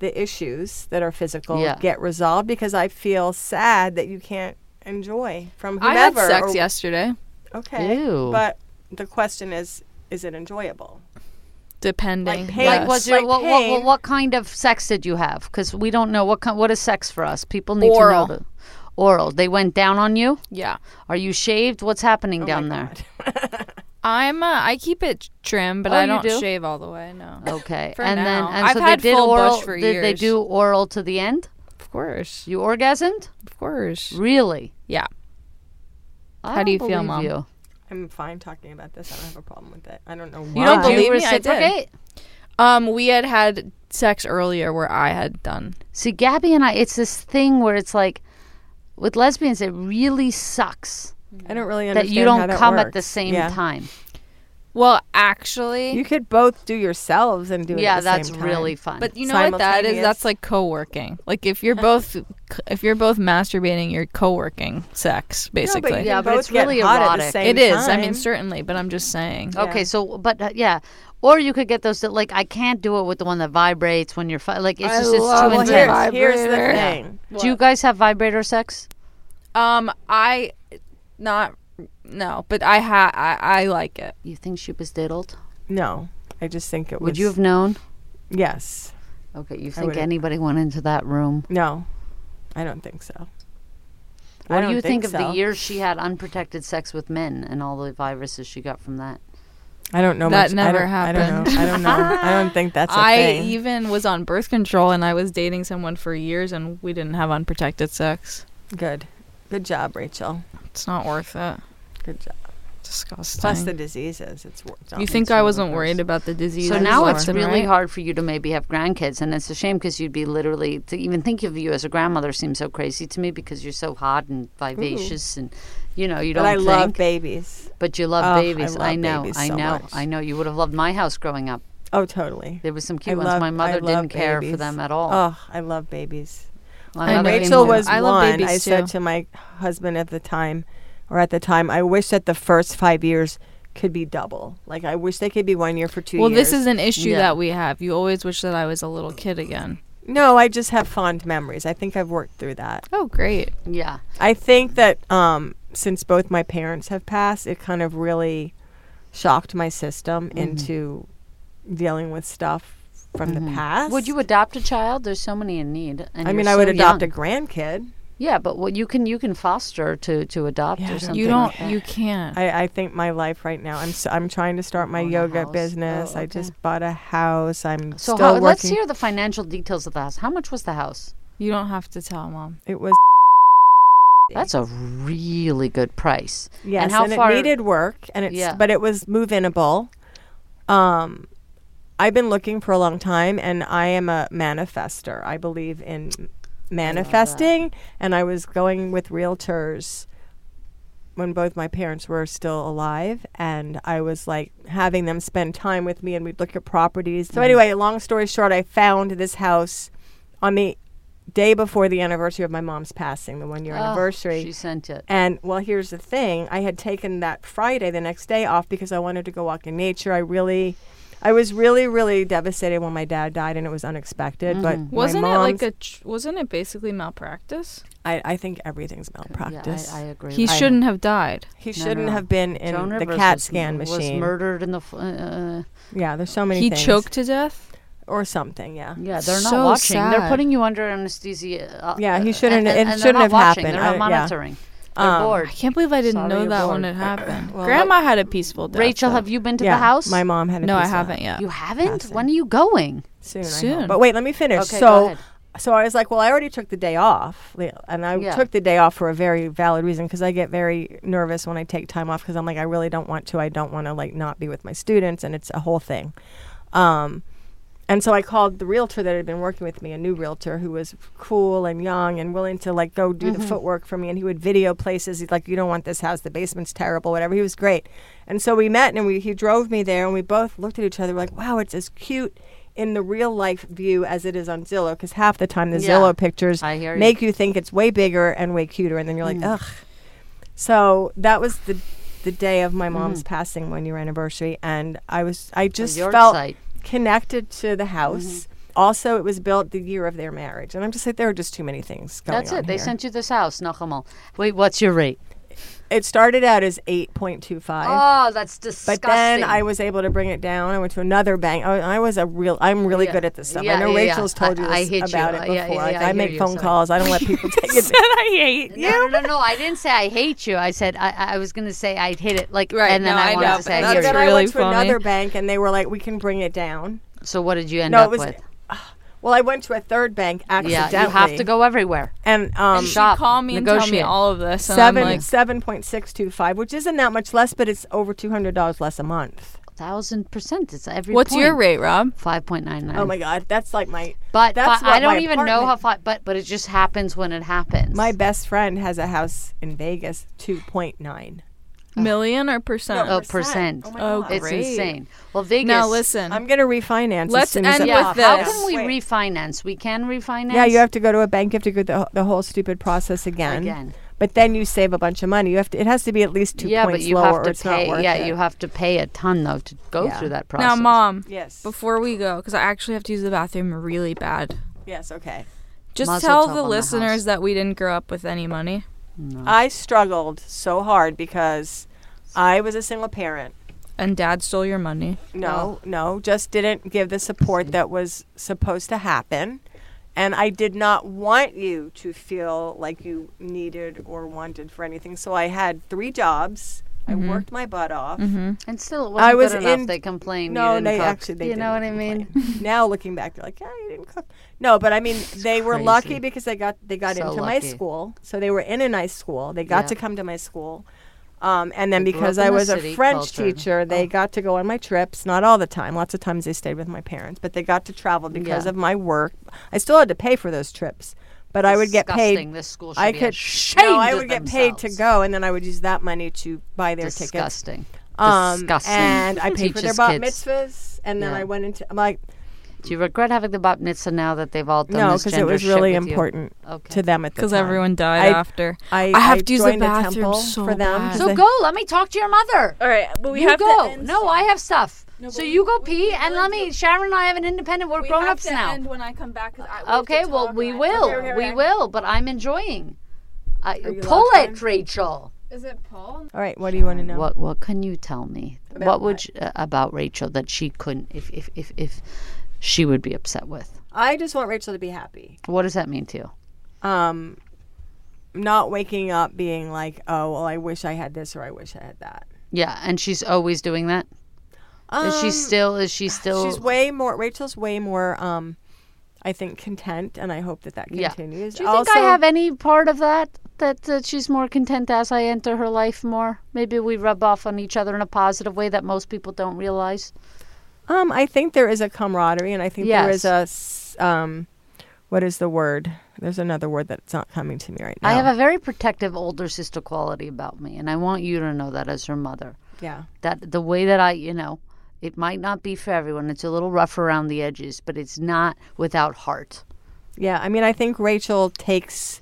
S4: the issues that are physical
S1: Yeah.
S4: get resolved because I feel sad that you can't enjoy from
S2: I had
S4: whomever.
S2: sex
S4: or-
S2: yesterday.
S4: Okay.
S1: Ew.
S4: But the question is, is it enjoyable?
S2: Depending,
S4: Like,
S1: Like,
S4: Yes.
S1: was your
S4: Like
S1: what, what, what,
S4: pain.
S1: what kind of sex did you have? Because we don't know what kind. What is sex for us? People need
S2: Oral.
S1: to know. The, oral. They went down on you.
S2: yeah.
S1: Are you shaved? What's
S2: Oh
S1: happening down there?
S2: I'm. Uh, I keep it trim, but
S1: Oh,
S2: I
S1: you
S2: don't
S1: do? Oh,
S2: shave all the way. No,
S1: Okay.
S2: For
S1: and
S2: now.
S1: then and
S2: I've
S1: so
S2: had
S1: they did
S2: full
S1: oral.
S2: bush for
S1: did they
S2: years.
S1: do oral to the end?
S2: of course,
S1: You orgasmed?
S2: of course.
S1: Really?
S2: Yeah.
S1: I
S2: How
S1: don't
S2: do you feel,
S1: believe
S2: Mom?
S1: You,
S4: I'm fine talking about this. I don't have a problem with it. I don't know why.
S2: You don't
S1: Did
S2: believe me? I did.
S1: reciprocate?
S2: Um, we had had sex earlier where I had done.
S1: See, Gabby and I, it's this thing where it's like, with lesbians, it really sucks
S4: I don't really
S1: that
S4: understand
S1: you
S4: how
S1: don't
S4: that
S1: come at
S4: works.
S1: the same
S4: Yeah.
S1: time.
S2: Well, actually,
S4: You could both do yourselves and do it.
S1: yeah,
S4: at the same
S1: that's
S4: time.
S1: really fun.
S2: But you know what that is?
S4: Simultaneous.
S2: That's like co-working. Like if you're both if you're both masturbating, you're co-working sex
S4: No,
S2: basically.
S4: but you
S1: Yeah,
S4: can
S1: but
S4: both
S1: it's
S4: get
S1: really
S4: hot at the
S1: erotic.
S4: same
S2: it is. I
S4: time. Oh.
S2: mean, certainly, but I'm just saying.
S1: okay, so but uh, yeah, or you could get those that like I can't do it with the one that vibrates when you're fi- like it's
S2: I
S1: just it's
S2: love
S1: too
S4: Oh, well,
S2: it.
S1: intense.
S4: here's, here's the
S2: Vibrator.
S4: thing.
S1: Do you guys have vibrator sex?
S2: Um, I not no, but I ha I, I like it.
S1: You think she was diddled?
S4: No, I just think it was.
S1: Would you have known?
S4: Yes.
S1: Okay, you think
S4: would've-
S1: anybody went into that room?
S4: No, I don't think so. I
S1: What do
S4: don't
S1: you think, of
S4: so.
S1: the years she had unprotected sex with men and all the viruses she got from that?
S4: I don't know.
S2: That
S4: much.
S2: never
S4: I don't,
S2: happened.
S4: I don't know. I don't know. I don't think that's a
S2: I
S4: thing.
S2: even was on birth control and I was dating someone for years and we didn't have unprotected sex.
S4: Good. Good job, Rachel.
S2: It's not worth it.
S4: Good job.
S2: Disgusting.
S4: Plus the diseases. It's wor-
S2: you think I wasn't worried about the disease?
S1: So now it's
S2: Listen,
S1: really
S2: right?
S1: hard for you to maybe have grandkids, and it's a shame because you'd be literally to even think of you as a grandmother seems so crazy to me because you're so hot and vivacious, and you know you
S4: But
S1: don't.
S4: I
S1: think,
S4: love babies.
S1: but you love
S4: Ugh, I
S1: babies.
S4: love
S1: know,
S4: babies
S1: I
S4: so
S1: know,
S4: much.
S1: I know. You would have loved my house growing up.
S4: Oh, totally.
S1: There was some
S4: I
S1: cute ones.
S4: love-
S1: my
S4: I
S1: mother
S4: love
S1: didn't care
S4: babies.
S1: for them at all.
S4: Oh, I love babies.
S1: My
S2: I
S1: mother
S2: know.
S1: didn't
S4: Rachel
S1: care.
S4: was
S2: I love
S4: one.
S2: babies,
S4: I said
S2: too.
S4: to my husband at the time, or at the time, I wish that the first five years could be double. Like I wish they could be one year for two.
S2: Well,
S4: years.
S2: this is an issue
S1: Yeah.
S2: that we have. You always wish that I was a little kid again.
S4: no. I just have fond memories. I think I've worked through that.
S2: Oh, great.
S1: Yeah,
S4: I think that um, since both my parents have passed, it kind of really shocked my system
S1: Mm-hmm.
S4: into dealing with stuff from the past.
S1: Mm-hmm. would you adopt a child? There's so many in need. And
S4: I
S1: you're
S4: mean, I
S1: so
S4: would adopt
S1: young.
S4: a grandkid.
S1: Yeah, but what you can you can foster to to adopt
S4: Yeah, I
S1: or
S4: don't
S1: something.
S2: you don't.
S1: like that.
S2: you can't.
S4: I, I think my life right now. I'm s am trying to start my
S1: Own a
S4: yoga
S1: Oh, house.
S4: business.
S1: Oh,
S4: I
S1: okay.
S4: just bought a house. I'm
S1: So
S4: still
S1: how,
S4: working.
S1: let's hear the financial details of the house. How much was the house?
S2: you don't have to tell mom.
S4: It was
S1: That's a really good price.
S4: yes,
S1: how far-
S4: it needed work, and it's
S1: Yeah.
S4: but it was move-inable. Um, I've been looking for a long time, and I am a manifester. I believe in manifesting, and I was going with realtors when both my parents were still alive and I was like having them spend time with me and we'd look at properties.
S1: Mm.
S4: So anyway, long story short, I found this house on the day before the anniversary of my mom's passing, the one year
S1: Oh,
S4: anniversary.
S1: she sent it.
S4: And well, here's the thing: I had taken that Friday, the next day, off because I wanted to go walk in nature. I really, I was really, really devastated when my dad died, and it was unexpected.
S2: Mm-hmm.
S4: But my
S2: Wasn't it like
S4: mom's-
S2: a? Tr- wasn't it basically malpractice?
S4: I, I think everything's malpractice.
S1: Yeah, I, I agree.
S2: He
S1: with you.
S2: shouldn't have died.
S4: he
S1: No,
S4: shouldn't
S1: no.
S4: have been in
S1: Joan
S4: the
S1: Rivers
S4: CAT
S1: was-
S4: scan machine.
S1: was murdered in the. f- Uh,
S4: yeah, there's so many.
S2: He
S4: things.
S2: choked to death.
S4: or something. Yeah.
S1: yeah, they're not
S2: So
S1: watching.
S2: sad.
S1: They're putting you under anesthesia. Uh,
S4: Yeah, he
S1: uh,
S4: shouldn't-
S1: and-
S4: it
S1: and they're
S4: shouldn't
S1: not
S4: have
S1: watching.
S4: happened.
S1: They're not
S4: I- yeah.
S1: monitoring. They're
S4: Um,
S1: bored.
S2: I can't believe I didn't
S1: Sorry
S2: know
S1: you're
S2: that
S1: bored.
S2: when it happened.
S4: Well,
S2: Grandma had a peaceful death.
S1: Rachel,
S2: though.
S1: have you been to
S4: yeah.
S1: the house?
S4: My mom had a
S2: No, I
S4: piece of-
S2: haven't yet.
S1: You haven't.
S4: Passing.
S1: When are you going?
S4: soon. I
S2: Soon.
S4: hope. But wait, let me finish.
S1: Okay,
S4: so,
S1: go ahead.
S4: so I was like, well, I already took the day off, li- and I
S1: Yeah.
S4: took the day off for a very valid reason because I get very nervous when I take time off because I'm like, I really don't want to. I don't want to like not be with my students, and it's a whole thing. Um, and so I called the realtor that had been working with me, a new realtor who was cool and young and willing to like go do
S1: Mm-hmm.
S4: the footwork for me. And he would video places. He's like, "You don't want this house. The basement's terrible. Whatever." He was great. And so we met, and we he drove me there, and we both looked at each other like, "Wow, it's as cute." In the real life view as it is on Zillow, because half the time the
S1: Yeah.
S4: Zillow pictures
S1: I hear you. Mm.
S4: make you. think it's way bigger and way cuter, and then you're like, ugh. So that was the the day of my
S1: Mm-hmm.
S4: mom's passing, one year anniversary, and I was I just
S1: your
S4: felt
S1: site.
S4: connected to
S1: Mm-hmm.
S4: the house. Also, it was built the year of their marriage, and I'm just like, there are just too many things going
S1: That's
S4: on
S1: it. They
S4: here.
S1: sent you this house. No, come on. Wait, what's your rate?
S4: It started out as 8.25,
S1: Oh, that's disgusting.
S4: but then I was able to bring it down. I went to another bank. I, I was a real. I'm really
S1: Oh, Yeah.
S4: good at this stuff.
S1: Yeah,
S4: I know
S1: yeah, yeah.
S4: Rachel's told you
S1: I- I
S4: this
S1: hit you.
S4: about
S1: Uh,
S4: it
S1: yeah, yeah,
S4: before. like,
S1: yeah, I
S4: I
S1: hear
S4: make
S1: you.
S4: phone
S1: Sorry.
S4: calls. I don't let people take it.
S2: I hate
S1: No, no, no, no. I didn't say I hate you. I said I, I was going to say I'd hit it like,
S2: Right,
S1: and then
S2: no,
S1: I
S2: I
S1: wanted
S2: know,
S1: to
S2: but
S1: say I
S4: So
S2: that's
S1: hear
S4: then
S1: you.
S4: I
S2: really
S4: went to
S2: funny.
S4: another bank, and they were like, "We can bring it down."
S1: So what did you end
S4: No, it
S1: up
S4: was-
S1: with?
S4: Well, I went to a third bank
S1: Yeah,
S4: accidentally.
S1: you have to go everywhere.
S4: And um,
S2: She
S1: Shop,
S2: called me and tell me
S1: negotiate.
S2: all of this, and
S4: seven
S2: I'm like,
S4: seven point six two five, which isn't that much less, but it's over two hundred dollars less a month.
S1: thousand percent. It's every.
S2: What's your
S1: point.
S2: rate, Rob?
S1: Five point nine nine.
S4: Oh my God, that's like my
S1: Mm. But,
S4: That's
S1: fi-
S4: what
S1: I don't
S4: my
S1: even know how.
S4: apartment-
S1: Fi- but but it just happens when it happens.
S4: my best friend has a house in Vegas, two point nine.
S2: Million or percent?
S1: oh, percent.
S4: Oh my
S2: Oh,
S4: God.
S1: it's
S2: great.
S1: insane. Well, Vegas.
S2: Now listen.
S4: I'm gonna refinance. as
S2: Let's
S4: soon as
S2: end
S4: it
S2: with
S1: Yeah,
S4: pops.
S1: how
S2: this.
S1: can we
S4: Wait.
S1: refinance? We can refinance.
S4: Yeah, you have to go to a bank. You have to go the, the whole stupid process again.
S1: Again.
S4: But then you save a bunch of money. You have to. It has to be at least two
S1: yeah,
S4: points
S1: but you
S4: lower,
S1: have
S4: or
S1: to
S4: it's not worth
S1: pay. Yeah,
S4: it.
S1: you have to pay a ton though to go
S4: Yeah.
S1: through that process.
S2: now, mom.
S4: Yes.
S2: Before we go, because I actually have to use the bathroom really bad.
S4: yes. Okay.
S2: Just
S1: Mazel
S2: tell
S1: tov on
S2: the
S1: the house.
S2: listeners that we didn't grow up with any money.
S1: Mm.
S4: I struggled so hard because I was a single parent.
S2: And dad stole your money.
S4: No, no, just didn't give the support that was supposed to happen. And I did not want you to feel like you needed or wanted for anything. So I had three jobs. I worked my butt off.
S2: Mm-hmm.
S1: And still, it wasn't
S4: I was
S1: good enough.
S4: in-
S1: They complained.
S4: No,
S1: you didn't
S4: they
S1: cook.
S4: actually- they
S1: You know what I
S4: didn't
S1: mean?
S4: now looking back, they're like, yeah, you didn't cook. No, but I mean, they were
S1: crazy.
S4: lucky because they got they got
S1: So
S4: into my
S1: lucky.
S4: school, so they were in a nice school. They got
S1: Yeah.
S4: to come to my school, um, and then
S1: They grew
S4: because
S1: up
S4: I
S1: in the
S4: was a
S1: city
S4: French
S1: culture. Oh.
S4: teacher, they got to go on my trips. Not all the time. Lots of times they stayed with my parents, but they got to travel because
S1: Yeah.
S4: of my work. I still had to pay for those trips, but I would get
S1: Disgusting.
S4: paid.
S1: This school should
S4: I
S1: be
S4: could
S1: ashamed
S4: no, I
S1: of
S4: would get paid to
S1: themselves.
S4: go, and then I would use that money to buy their tickets.
S1: Disgusting.
S4: Um,
S1: Disgusting.
S4: And I paid for their
S1: Teaches
S4: bat
S1: kids.
S4: mitzvahs, and then
S1: Yeah.
S4: I went into I'm like.
S1: Do you regret having the bat mitzvah now that they've all done
S4: No,
S1: this
S4: because it
S1: gender
S4: was
S1: shit
S4: really
S1: with you?
S4: important
S1: Okay.
S4: to them at the time.
S2: Because everyone died
S4: I-
S2: after.
S4: I,
S2: I have to use the
S4: joined a
S2: bathroom
S4: temple
S2: so
S4: for them.
S2: bad.
S4: 'cause
S1: So
S4: they-
S1: go. Let me talk to your mother.
S2: All right, but we
S1: you
S2: have
S1: go.
S2: to.
S1: No, I have stuff. so you go pee, and let me. Sharon and I have an independent. We're grown ups
S5: um,
S1: now.
S2: when I come back.
S1: Okay, well, we will. We will, but I'm enjoying. Uh, pull it, Rachel.
S5: Is it Paul?
S4: All right, what do you want to know?
S1: What What can you tell me? what would you, uh, about Rachel that she couldn't? If if if if she would be upset with.
S4: I just want Rachel to be happy.
S1: What does that mean to you?
S4: Um, not waking up being like, oh, well, I wish I had this or I wish I had that.
S1: Yeah, and she's always doing that. Is she still? Is she still?
S4: Um, She's way more. Rachel's way more. Um, I think content, and I hope that that
S1: Yeah.
S4: continues.
S1: Do you think I have any part of that? That uh, she's more content as I enter her life more. Maybe we rub off on each other in a positive way that most people don't realize.
S4: Um, I think there is a camaraderie, and I think there is a s- um, what is the word? There's another word that's not coming to me right now.
S1: I have a very protective older sister quality about me, and I want you to know that as her mother.
S4: yeah.
S1: That the way that I, you know, it might not be for everyone. It's a little rough around the edges, but it's not without heart.
S4: Yeah, I mean, I think Rachel takes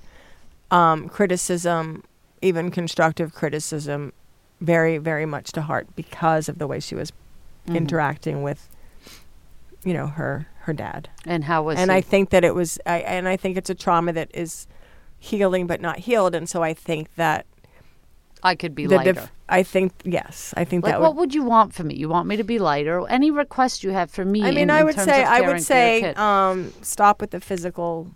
S4: um, criticism, even constructive criticism, very, very much to heart because of the way she was
S1: Mm. Mm-hmm.
S4: interacting with, you know, her her dad.
S1: And how was
S4: and
S1: he?
S4: I think that it was, I, and I think it's a trauma that is healing but not healed, and so I think that
S1: I could be
S4: the
S1: lighter.
S4: I think yes, I think
S1: like,
S4: that
S1: what
S4: would.
S1: would you want from me? You want me to be lighter? Any request you have for me?
S4: I mean,
S1: in-
S4: I
S1: in
S4: would
S1: terms
S4: say,
S1: of
S4: I
S1: caring
S4: would
S1: for your
S4: say,
S1: kid?
S4: um, stop with the physical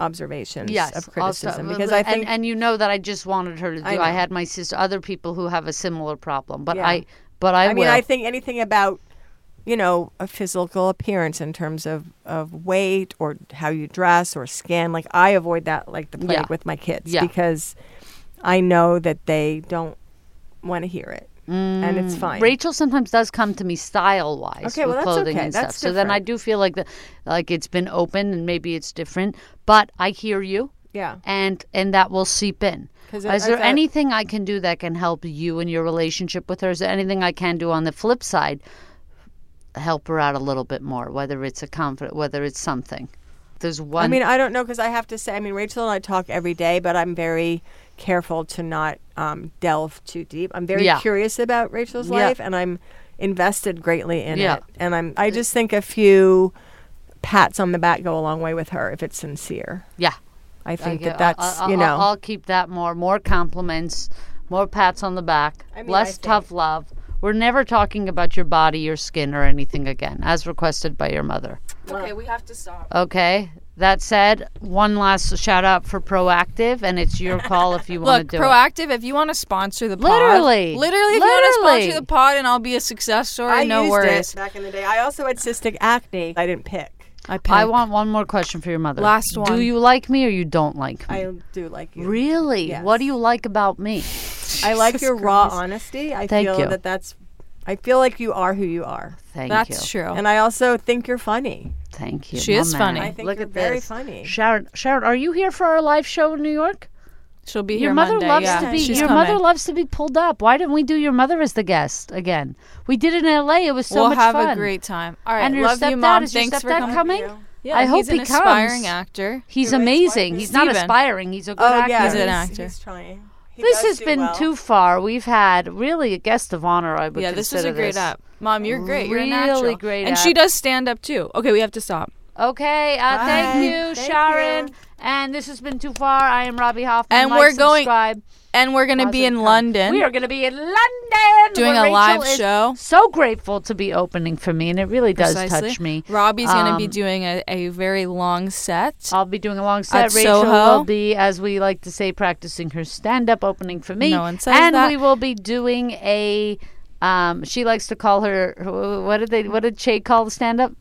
S4: observations
S1: yes,
S4: of
S1: also-
S4: criticism
S1: well,
S4: because
S1: well,
S4: I think
S1: and, and you know that I just wanted her to do.
S4: I
S1: I,
S4: know.
S1: had my sister, other people who have a similar problem, but
S4: Yeah.
S1: I, but I,
S4: I mean,
S1: will.
S4: I think anything about you know a physical appearance in terms of of weight or how you dress or skin. Like I avoid that like the plague
S1: Yeah.
S4: with my kids
S1: Yeah.
S4: because I know that they don't want to hear it, and
S1: Mm,
S4: it's fine.
S1: Rachel sometimes does come to me style wise
S4: Okay,
S1: with
S4: well, that's
S1: clothing
S4: okay.
S1: and
S4: That's
S1: stuff. So then I
S4: different.
S1: do feel like the, like it's been open and maybe it's different, but I hear you
S4: yeah,
S1: and and that will seep in.
S4: 'Cause I-
S1: Is
S4: I
S1: there
S4: thought-
S1: anything I can do that can help you in your relationship with her? Is there anything I can do on the flip side? Help her out a little bit more, whether it's a confident, whether it's something. There's one.
S4: I mean, I don't know because I have to say, I mean, Rachel and I talk every day, but I'm very careful to not um, delve too deep. I'm very
S1: Yeah.
S4: curious about Rachel's
S1: Yeah.
S4: life, and I'm invested greatly in
S1: Yeah.
S4: it. And I'm, I just think a few pats on the back go a long way with her if it's sincere.
S1: yeah.
S4: I think
S1: Okay,
S4: that that's
S1: I'll, I'll-
S4: you know.
S1: I'll, I'll keep that more. More compliments, more pats on the back,
S4: mean, I
S1: less
S4: think-
S1: tough love. We're never talking about your body, your skin, or anything again, as requested by your mother.
S2: Okay, we have to stop.
S1: Okay. That said, one last shout out for Proactive, and it's your call if you want
S2: Look,
S1: to do
S2: proactive. If you want to sponsor the pod,
S1: Literally.
S2: literally, if you want to
S1: Literally.
S2: sponsor the pod, and I'll be a success story.
S4: I
S2: no
S4: used
S2: worries.
S4: it back in the day. I also had cystic acne. I didn't pick. I
S1: it. I want one more question for your mother.
S2: Last
S1: Do
S2: one.
S1: you like me or you don't like me?
S4: I do like you.
S1: really? What do you like about me?
S4: I like your raw honesty. I
S1: Thank
S4: feel
S1: you.
S4: that that's I feel like you are who you are.
S1: Thank you.
S2: That's true.
S4: And I also think you're funny.
S1: Thank you.
S2: She is
S1: My
S2: funny.
S1: man.
S2: I
S4: think
S1: Look
S4: you're
S1: at
S4: very
S1: this.
S4: funny.
S1: Sharon, Sharon, are you here for our live show in New York?
S2: She'll be
S1: your
S2: here
S1: mother
S2: Monday.
S1: loves
S2: yeah.
S1: to be
S2: She's
S1: your
S2: coming.
S1: mother loves to be pulled up. Why didn't we do your mother as the guest again? We did it in L.A. It was so
S2: we'll
S1: much
S2: have
S1: fun.
S2: a great time. All right,
S1: and your
S2: love
S1: stepdad
S2: you, mom.
S1: is your
S2: Thanks for
S1: stepdad
S2: coming.
S1: coming.
S2: Yeah,
S1: I hope
S2: he's an
S1: he comes.
S2: aspiring actor.
S1: He's amazing. He's not
S2: Steven.
S1: aspiring. He's a good
S4: Oh
S1: actor.
S4: yeah,
S2: He's an
S4: he's-
S2: actor.
S4: He's trying. He
S1: this
S4: does
S1: has
S4: do
S1: been
S4: well.
S1: too far. We've had really a guest of honor. I would
S2: Yeah, this was a
S1: consider
S2: great
S1: this.
S2: app. Mom, you're great. You're a
S1: Really
S2: natural.
S1: great
S2: And
S1: app.
S2: she does stand up too. Okay, we have to stop.
S1: Okay, uh, thank you,
S4: Thank
S1: Sharon.
S4: you.
S1: And this has been too far. I am Robbie Hoffman.
S2: And
S1: Like,
S2: we're going-
S1: subscribe,
S2: And we're gonna be
S1: positive
S2: in
S1: com-
S2: London.
S1: We are going to be in London
S2: Doing
S1: where
S2: a
S1: Rachel
S2: live
S1: is
S2: show.
S1: So grateful to be opening for me, and it really does
S2: Precisely.
S1: touch me.
S2: Robbie's gonna be
S1: Um,
S2: doing a, a very long set.
S1: I'll be doing a long set.
S2: At
S1: Rachel
S2: Soho.
S1: will be, as we like to say, practicing her stand-up opening for me.
S2: No one says
S1: and
S2: that.
S1: we will be doing a. Um, she likes to call her. What did they? What did Che call the stand-up?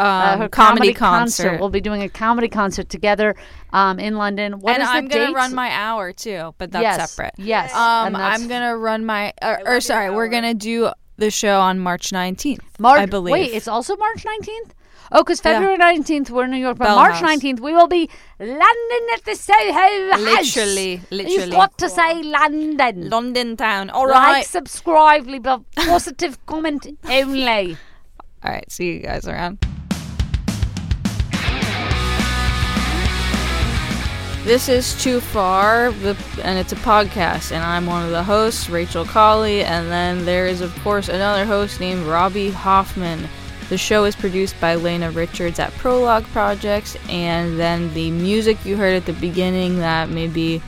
S2: Um,
S1: Uh, her
S2: comedy, concert.
S1: We'll be doing a comedy concert together um, in London. What
S2: and
S1: is
S2: I'm
S1: the
S2: gonna
S1: dates?
S2: run my hour too, but that's
S1: yes,
S2: separate.
S1: Yes.
S2: Um,
S1: and that's-
S2: I'm gonna run my, or, or sorry, we're gonna do the show on March 19th.
S1: March,
S2: I believe.
S1: Wait, it's also March 19th? Oh, because February 19th, we're in New York, but
S2: Bell
S1: March
S2: House.
S1: 19th, we will be London at the Soho House.
S2: Literally,
S1: You've
S2: literally.
S1: got to say London.
S2: London town. All
S1: like,
S2: right.
S1: subscribe, leave a positive comment only.
S2: All right. See you guys around. This is Too Far, the, and it's a podcast, and I'm one of the hosts, Rachel Colley, and then there is, of course, another host named Robbie Hoffman. The show is produced by Lena Richards at Prologue Projects, and then the music you heard at the beginning that maybe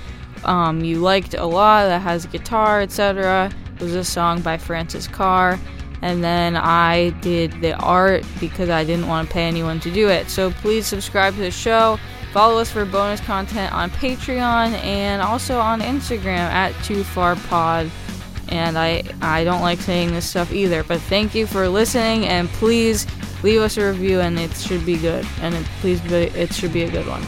S2: um, you liked a lot, that has guitar, etc., was a song by Francis Carr. And then I did the art because I didn't want to pay anyone to do it. So please subscribe to the show. Follow us for bonus content on Patreon and also on Instagram at Too Far Pod. And I I don't like saying this stuff either, but thank you for listening and please leave us a review and it should be good and it, please be, it should be a good one.